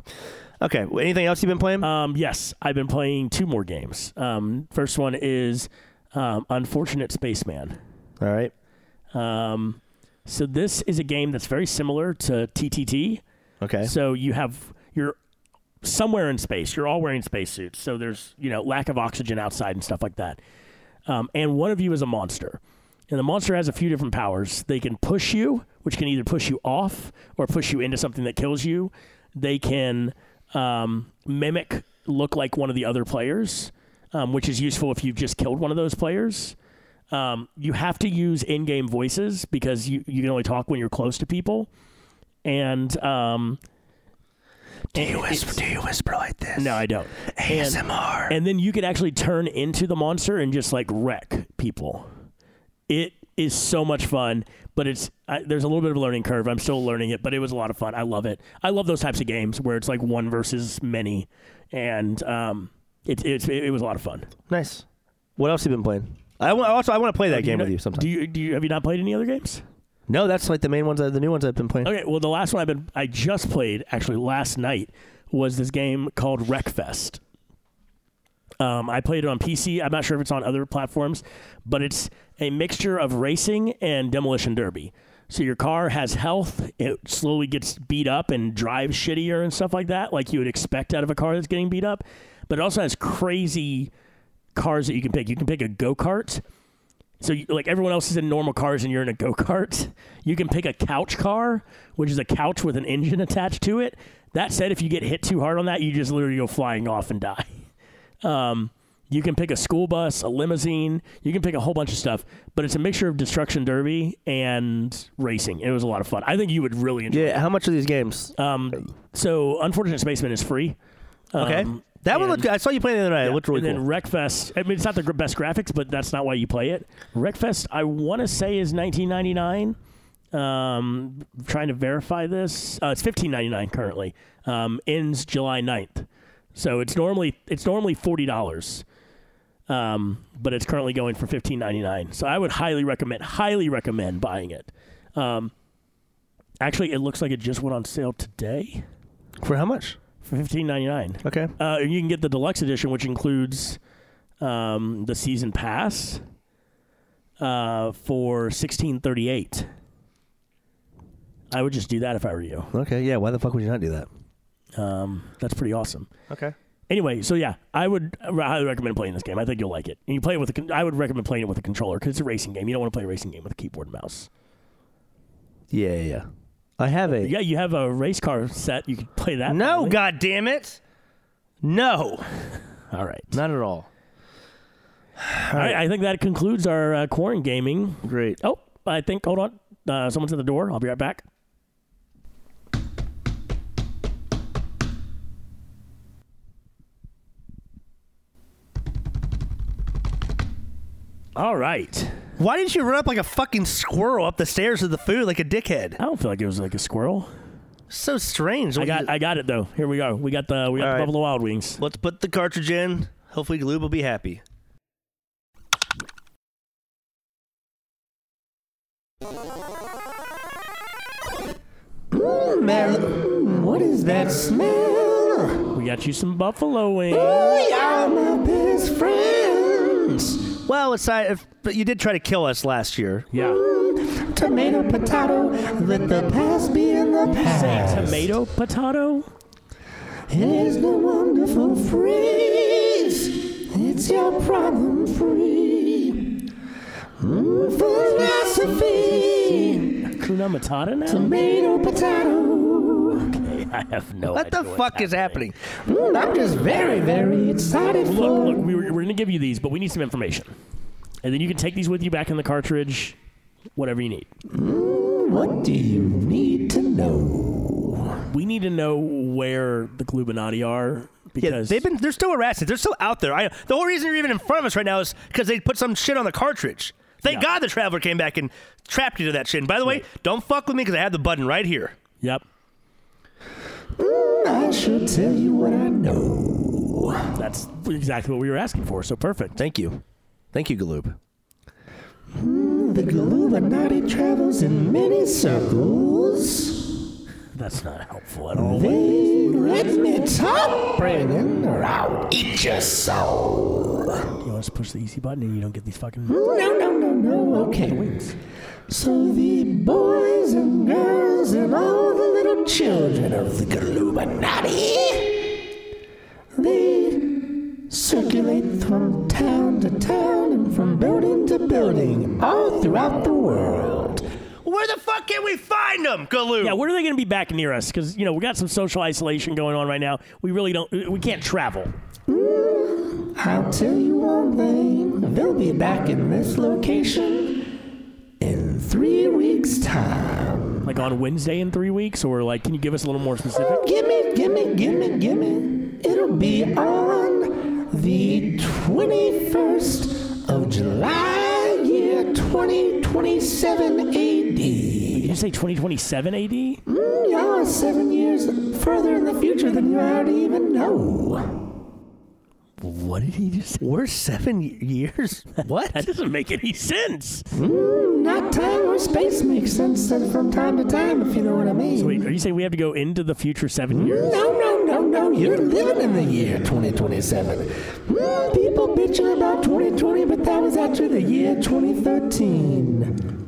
Speaker 1: Okay. well, Anything else you've been playing?
Speaker 2: Um, yes, I've been playing two more games. Um, first one is um, Unfortunate Spaceman.
Speaker 1: All right.
Speaker 2: Um, so this is a game that's very similar to TTT.
Speaker 1: Okay.
Speaker 2: So you have you're somewhere in space. You're all wearing spacesuits. So there's you know lack of oxygen outside and stuff like that. Um, and one of you is a monster, and the monster has a few different powers. They can push you, which can either push you off or push you into something that kills you. They can um, mimic look like one of the other players, um, which is useful if you've just killed one of those players. Um, you have to use in-game voices because you, you can only talk when you're close to people. And um,
Speaker 1: do you whisper? Do you whisper like this?
Speaker 2: no, I don't. And,
Speaker 1: ASMR.
Speaker 2: and then you can actually turn into the monster and just like wreck people. It is so much fun, but it's I, there's a little bit of a learning curve. I'm still learning it, but it was a lot of fun. I love it. I love those types of games where it's like one versus many, and um, it, it's it, it was a lot of fun.
Speaker 1: Nice. What else have you been playing? I wa- also I want to play that game with you sometime.
Speaker 2: Oh, Do you do you have you not played any other games?
Speaker 1: no, that's like the main ones, uh, the new ones I've been playing.
Speaker 2: Okay, well the last one I've been I just played actually last night was this game called Wreckfest. Um, I played it on PC. I'm not sure if it's on other platforms, but it's a mixture of racing and demolition derby. So your car has health; it slowly gets beat up and drives shittier and stuff like that, like you would expect out of a car that's getting beat up. But it also has crazy cars that you can pick. You can pick a go kart. So you- like everyone else is in normal cars and you're in a go kart. You can pick a couch car, which is a couch with an engine attached to it. That said, if you get hit too hard on that, you just literally go flying off and die. Um, you can pick a school bus, a limousine. You can pick a whole bunch of stuff, but it's a mixture of destruction derby and racing. It was a lot of fun. I think you would really enjoy.
Speaker 1: Yeah, how much are these games?
Speaker 2: it. Um, so, unfortunate spaceman is free.
Speaker 1: okay,
Speaker 2: Um,
Speaker 1: that one
Speaker 2: and-
Speaker 1: looked. I saw you playing the other night. it
Speaker 2: yeah,
Speaker 1: looked really
Speaker 2: and
Speaker 1: cool.
Speaker 2: then Wreckfest. I mean, it's not the gr- best graphics, but that's not why you play it. Wreckfest, I want to say is 1999. Um, trying to verify this. Uh, it's 15.99 currently. Um, ends July 9th. So it's normally it's normally forty dollars, um, but it's currently going for 15.99. So I would highly recommend highly recommend buying it. Um, actually, it looks like it just went on sale today
Speaker 1: For how much?
Speaker 2: for 15.99.
Speaker 1: Okay.
Speaker 2: Uh, and you can get the deluxe edition, which includes um, the season pass uh, for sixteen thirty eight. I would just do that if I were you.
Speaker 1: Okay. Yeah. Why the fuck would you not do that?
Speaker 2: Um, that's pretty awesome.
Speaker 1: Okay.
Speaker 2: Anyway, so yeah, I would I highly recommend playing this game. I think you'll like it. And you play it with a con- I would recommend playing it with a controller because it's a racing game. You don't want to play a racing game with a keyboard and mouse.
Speaker 1: Yeah. Yeah. yeah. I have a.
Speaker 2: Yeah, you have a race car set. You can play that.
Speaker 1: No.
Speaker 2: probably.
Speaker 1: God damn it. No.
Speaker 2: All right.
Speaker 1: Not at all.
Speaker 2: All right. I think that concludes our uh, Quarren Gaming
Speaker 1: Great.
Speaker 2: Oh, I think. Hold on. Uh, someone's at the door. I'll be right back. All right.
Speaker 1: Why didn't you run up like a fucking squirrel up the stairs of the food like a dickhead?
Speaker 2: I don't feel like it was like a squirrel.
Speaker 1: So strange.
Speaker 2: I got. I got it though. Here we go. We got the. We got
Speaker 1: All right.
Speaker 2: the Buffalo Wild Wings.
Speaker 1: Let's put the cartridge in. Hopefully, Gloob will be happy.
Speaker 4: What is that smell?
Speaker 2: We got you some buffalo wings.
Speaker 4: We are my best friends.
Speaker 1: Well, aside, if, but you did try to kill us last year.
Speaker 2: Yeah.
Speaker 4: Tomato, potato, let the past be in the past.
Speaker 2: Tomato potato.
Speaker 4: It is the wonderful freeze. It's your problem free. Mm, philosophy.
Speaker 2: Kuna matata now.
Speaker 4: Tomato, potato.
Speaker 2: I have no.
Speaker 1: What the
Speaker 2: idea what's
Speaker 1: fuck is happening?
Speaker 4: Mm, I'm just very, very excited
Speaker 2: Look,
Speaker 4: for
Speaker 2: look, we were, we're going to give you these, but we need some information. And then you can take these with you back in the cartridge, whatever you need.
Speaker 4: what do you need to know?
Speaker 2: We need to know where the Glubinati are
Speaker 1: Yeah,
Speaker 2: because
Speaker 1: they've been. They're still harassing. They're still out there. I, the whole reason you're even in front of us right now is because they put some shit on the cartridge. Thank
Speaker 2: Yeah.
Speaker 1: God the traveler came back and trapped you to that shit. And by the way, don't fuck with me because I have the button right here.
Speaker 2: Yep,
Speaker 4: Mm, I shall tell you what I know.
Speaker 2: that's exactly what we were asking for. So perfect.
Speaker 1: Thank you, thank you, Galoob.
Speaker 4: The Galluminati travels in many circles.
Speaker 2: That's not helpful at all.
Speaker 4: They let me talk, Brandon, or I'll eat your soul.
Speaker 2: You want us to push the easy button and you don't get these fucking
Speaker 4: No, no, no, no, okay.
Speaker 2: wings.
Speaker 4: So the boys and girls and all the little children of the Galluminati, they circulate from town to town and from building to building all throughout the world.
Speaker 1: Where the fuck can we find them, Galoob?
Speaker 2: Yeah, when are they going to be back near us? Because you know we got some social isolation going on right now. We really don't. We can't travel.
Speaker 4: I'll tell you one thing. They'll be back in this location in three weeks' time.
Speaker 2: Like on Wednesday in three weeks, or like, can you give us a little more specific?
Speaker 4: Gimme, gimme, gimme, gimme. It'll be on the 21st of July, year 2020. 2027 AD.
Speaker 2: Did you say 2027 AD?
Speaker 4: Mm, y'all are seven years further in the future than you already even know.
Speaker 2: What did he just say?
Speaker 1: We're seven y- years.
Speaker 2: That
Speaker 1: What?
Speaker 2: doesn't make any sense.
Speaker 4: Mm, not time or space makes sense from time to time, if you know what I mean.
Speaker 2: Wait, are you saying we have to go into the future seven years?
Speaker 4: No, no, no, no. You're living in the year 2027. Mm, people bitching about 2020, but that was actually the year 2013.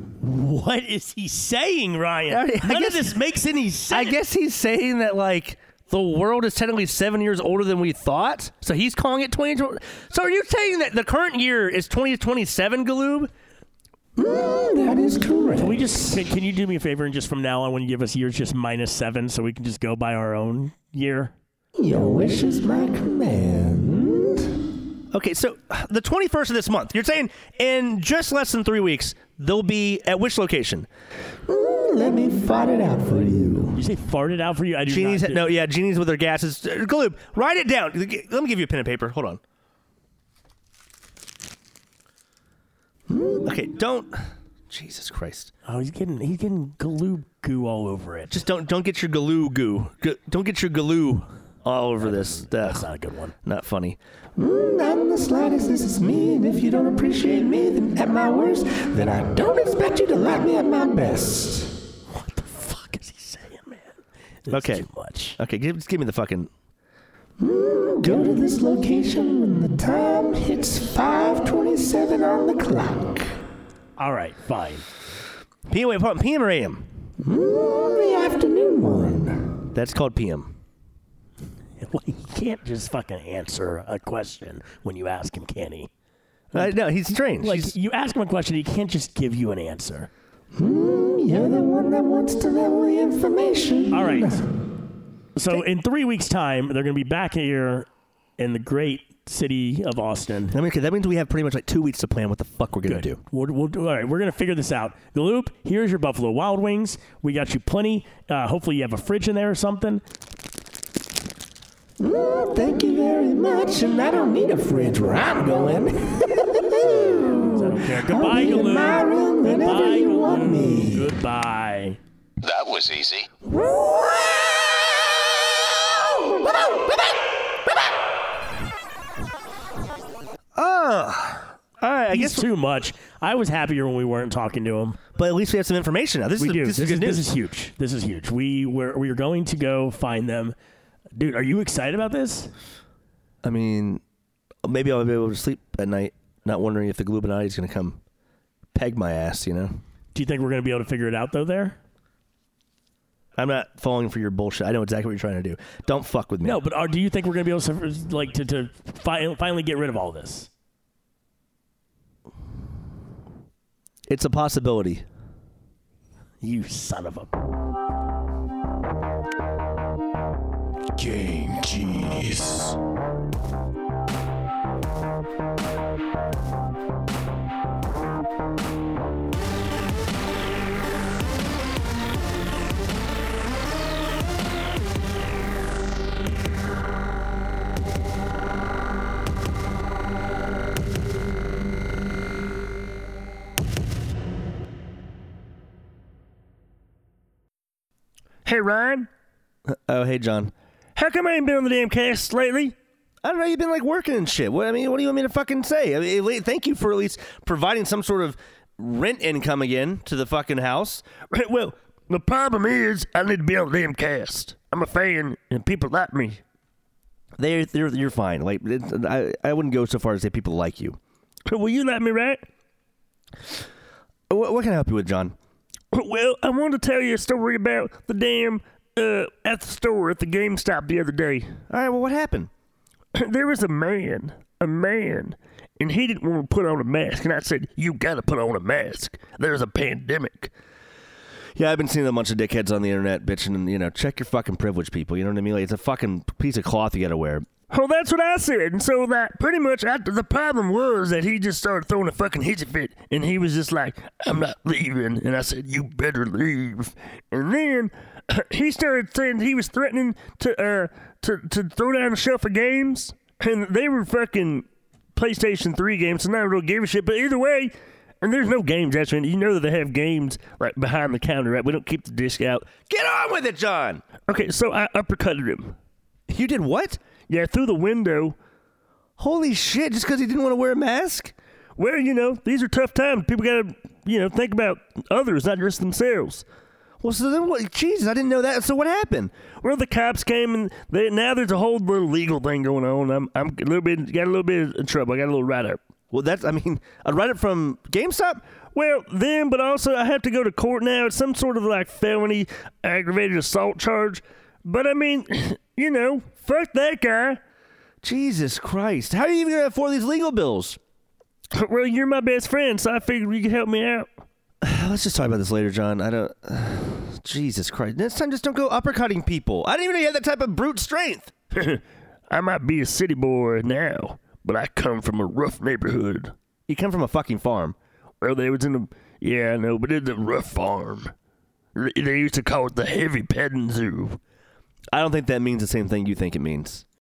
Speaker 2: What is he saying, Ryan?
Speaker 1: I
Speaker 2: None
Speaker 1: guess-
Speaker 2: of this makes any sense.
Speaker 1: I guess he's saying that like the world is technically seven years older than we thought. So he's calling it 2020. So are you saying that the current year is 2027, Galoob?
Speaker 4: Mm, that is correct.
Speaker 2: Can we just can, can you do me a favor and just from now on when you give us years just minus seven so we can just go by our own year?
Speaker 4: Your wish is my command.
Speaker 1: Okay, so the 21st of this month, you're saying in just less than three weeks, they'll be at which location?
Speaker 4: Mm, let me fight it out for you.
Speaker 2: You say farted out for you? I do
Speaker 1: Genie's,
Speaker 2: not. do-
Speaker 1: no, yeah, Genie's with their gases. Uh, Galoob, write it down. Let me give you a pen and paper. Hold on. Hmm, Okay, don't. Jesus Christ.
Speaker 2: Oh, he's getting he's getting glue goo all over it.
Speaker 1: Just don't don't get your galoo goo. G- don't get your galoo all over this. That's
Speaker 2: That's not a good one.
Speaker 1: not funny.
Speaker 4: Mm, I'm the slightest, this is me, and if you don't appreciate me then at my worst, then I don't expect you to like me at my best.
Speaker 2: What the fuck is he saying, man? This is
Speaker 1: Okay.
Speaker 2: too much.
Speaker 1: Okay, give, just give me the fucking.
Speaker 4: Go to this location when the time hits 527 on the clock.
Speaker 2: All right, fine.
Speaker 1: PM, wait, hold on, PM or AM?
Speaker 4: Mm, the afternoon one.
Speaker 1: That's called PM.
Speaker 2: Well, he can't just fucking answer a question when you ask him, can he?
Speaker 1: Uh, no, he's trained.
Speaker 2: Like
Speaker 1: She's-
Speaker 2: you ask him a question, he can't just give you an answer.
Speaker 4: Mm, you're the one that wants to level the information.
Speaker 2: All right. So in three weeks' time, they're going to be back here in the great city of Austin.
Speaker 1: I mean, okay, that means we have pretty much like two weeks to plan what the fuck we're gonna do.
Speaker 2: We'll, we'll do. All right, we're gonna figure this out. Gloop, here's your Buffalo Wild Wings. We got you plenty. Uh, hopefully, you have a fridge in there or something.
Speaker 4: Mm, thank you very much, and I don't need a fridge where I'm going.
Speaker 2: Okay,
Speaker 4: I'll
Speaker 2: goodbye,
Speaker 4: be in my
Speaker 2: Gloop.
Speaker 4: room whenever
Speaker 2: Goodbye,
Speaker 4: you want
Speaker 2: Gloop.
Speaker 4: me.
Speaker 2: Goodbye.
Speaker 5: That was easy.
Speaker 1: All right, I
Speaker 2: He's
Speaker 1: guess.
Speaker 2: too much. I was happier when we weren't talking to him.
Speaker 1: But at least we have some information now. This
Speaker 2: We
Speaker 1: is
Speaker 2: do.
Speaker 1: this
Speaker 2: This,
Speaker 1: is
Speaker 2: is,
Speaker 1: good news.
Speaker 2: this is huge. This is huge. We were we are going to go find them. Dude, are you excited about this?
Speaker 1: I mean, maybe I'll be able to sleep at night, not wondering if the Glubinati is gonna come peg my ass. You know,
Speaker 2: Do you think we're gonna be able to figure it out though? There.
Speaker 1: I'm not falling for your bullshit. I know exactly what you're trying to do. Don't fuck with me.
Speaker 2: No, but are, do you think we're gonna be able to like to to fi- finally get rid of all this?
Speaker 1: it's a possibility.
Speaker 2: You son of a.
Speaker 3: Game G's.
Speaker 2: Hey Ryan,
Speaker 1: Oh, hey, John.
Speaker 2: how come I ain't been on the damn cast lately?
Speaker 1: I don't know. You've been like working and shit. What I mean, what do you want me to fucking say? I mean, at lea- thank you for at least providing some sort of rent income again to the fucking house.
Speaker 6: Well, the problem is I need to be on the damn cast. I'm a fan, and people like me.
Speaker 1: They, they're, you're fine. Like, it's, I, I wouldn't go so far as say people like you.
Speaker 6: Well, you like me, right?
Speaker 1: What, what can I help you with, John?
Speaker 6: Well, I wanted to tell you a story about the damn uh, at the store at the GameStop the other day.
Speaker 1: All right. Well, what happened?
Speaker 6: There was a man, a man, and he didn't want to put on a mask. And I said, "You gotta put on a mask. There's a pandemic."
Speaker 1: Yeah, I've been seeing a bunch of dickheads on the internet bitching and you know, check your fucking privilege, people. You know what I mean? Like, it's a fucking piece of cloth you got to wear.
Speaker 6: Well, Oh, that's what I said. And so, like, pretty much I, the problem was that he just started throwing a fucking hissy fit. And he was just like, I'm not leaving. And I said, You better leave. And then he started saying he was threatening to, uh, to, to throw down a shelf of games. And they were fucking PlayStation 3 games, so none of them really gave a shit. But either way,
Speaker 2: and there's no games actually. You know that they have games like behind the counter, right? We don't keep the disc out.
Speaker 1: Get on with it, John.
Speaker 2: Okay, so I uppercutted him.
Speaker 1: You did what?
Speaker 2: Yeah, through the window.
Speaker 1: Holy shit! Just because he didn't want to wear a mask?
Speaker 2: Well, you know, these are tough times. People gotta, you know, think about others, not just themselves.
Speaker 1: Well, so then what? Jesus, I didn't know that. So what happened?
Speaker 2: Well, the cops came and they, now there's a whole little legal thing going on. I'm, I'm a little bit, got a little bit of trouble. I got a little write up.
Speaker 1: Well, that's. I mean, I read it from GameStop.
Speaker 2: Well, then, but also I have to go to court now. It's some sort of like felony aggravated assault charge. But I mean, you know, fuck that guy.
Speaker 1: Jesus Christ! How are you even gonna afford these legal bills?
Speaker 2: Well, you're my best friend, so I figured you could help me out.
Speaker 1: Let's just talk about this later, John. I don't. Jesus Christ! Next time, just don't go uppercutting people. I didn't even know you had that type of brute strength.
Speaker 2: I might be a city boy now, but I come from a rough neighborhood.
Speaker 1: You come from a fucking farm.
Speaker 2: Well, they was in the yeah, I know, but it's a rough farm. They used to call it the heavy petting zoo.
Speaker 1: I don't think that means the same thing you think it means.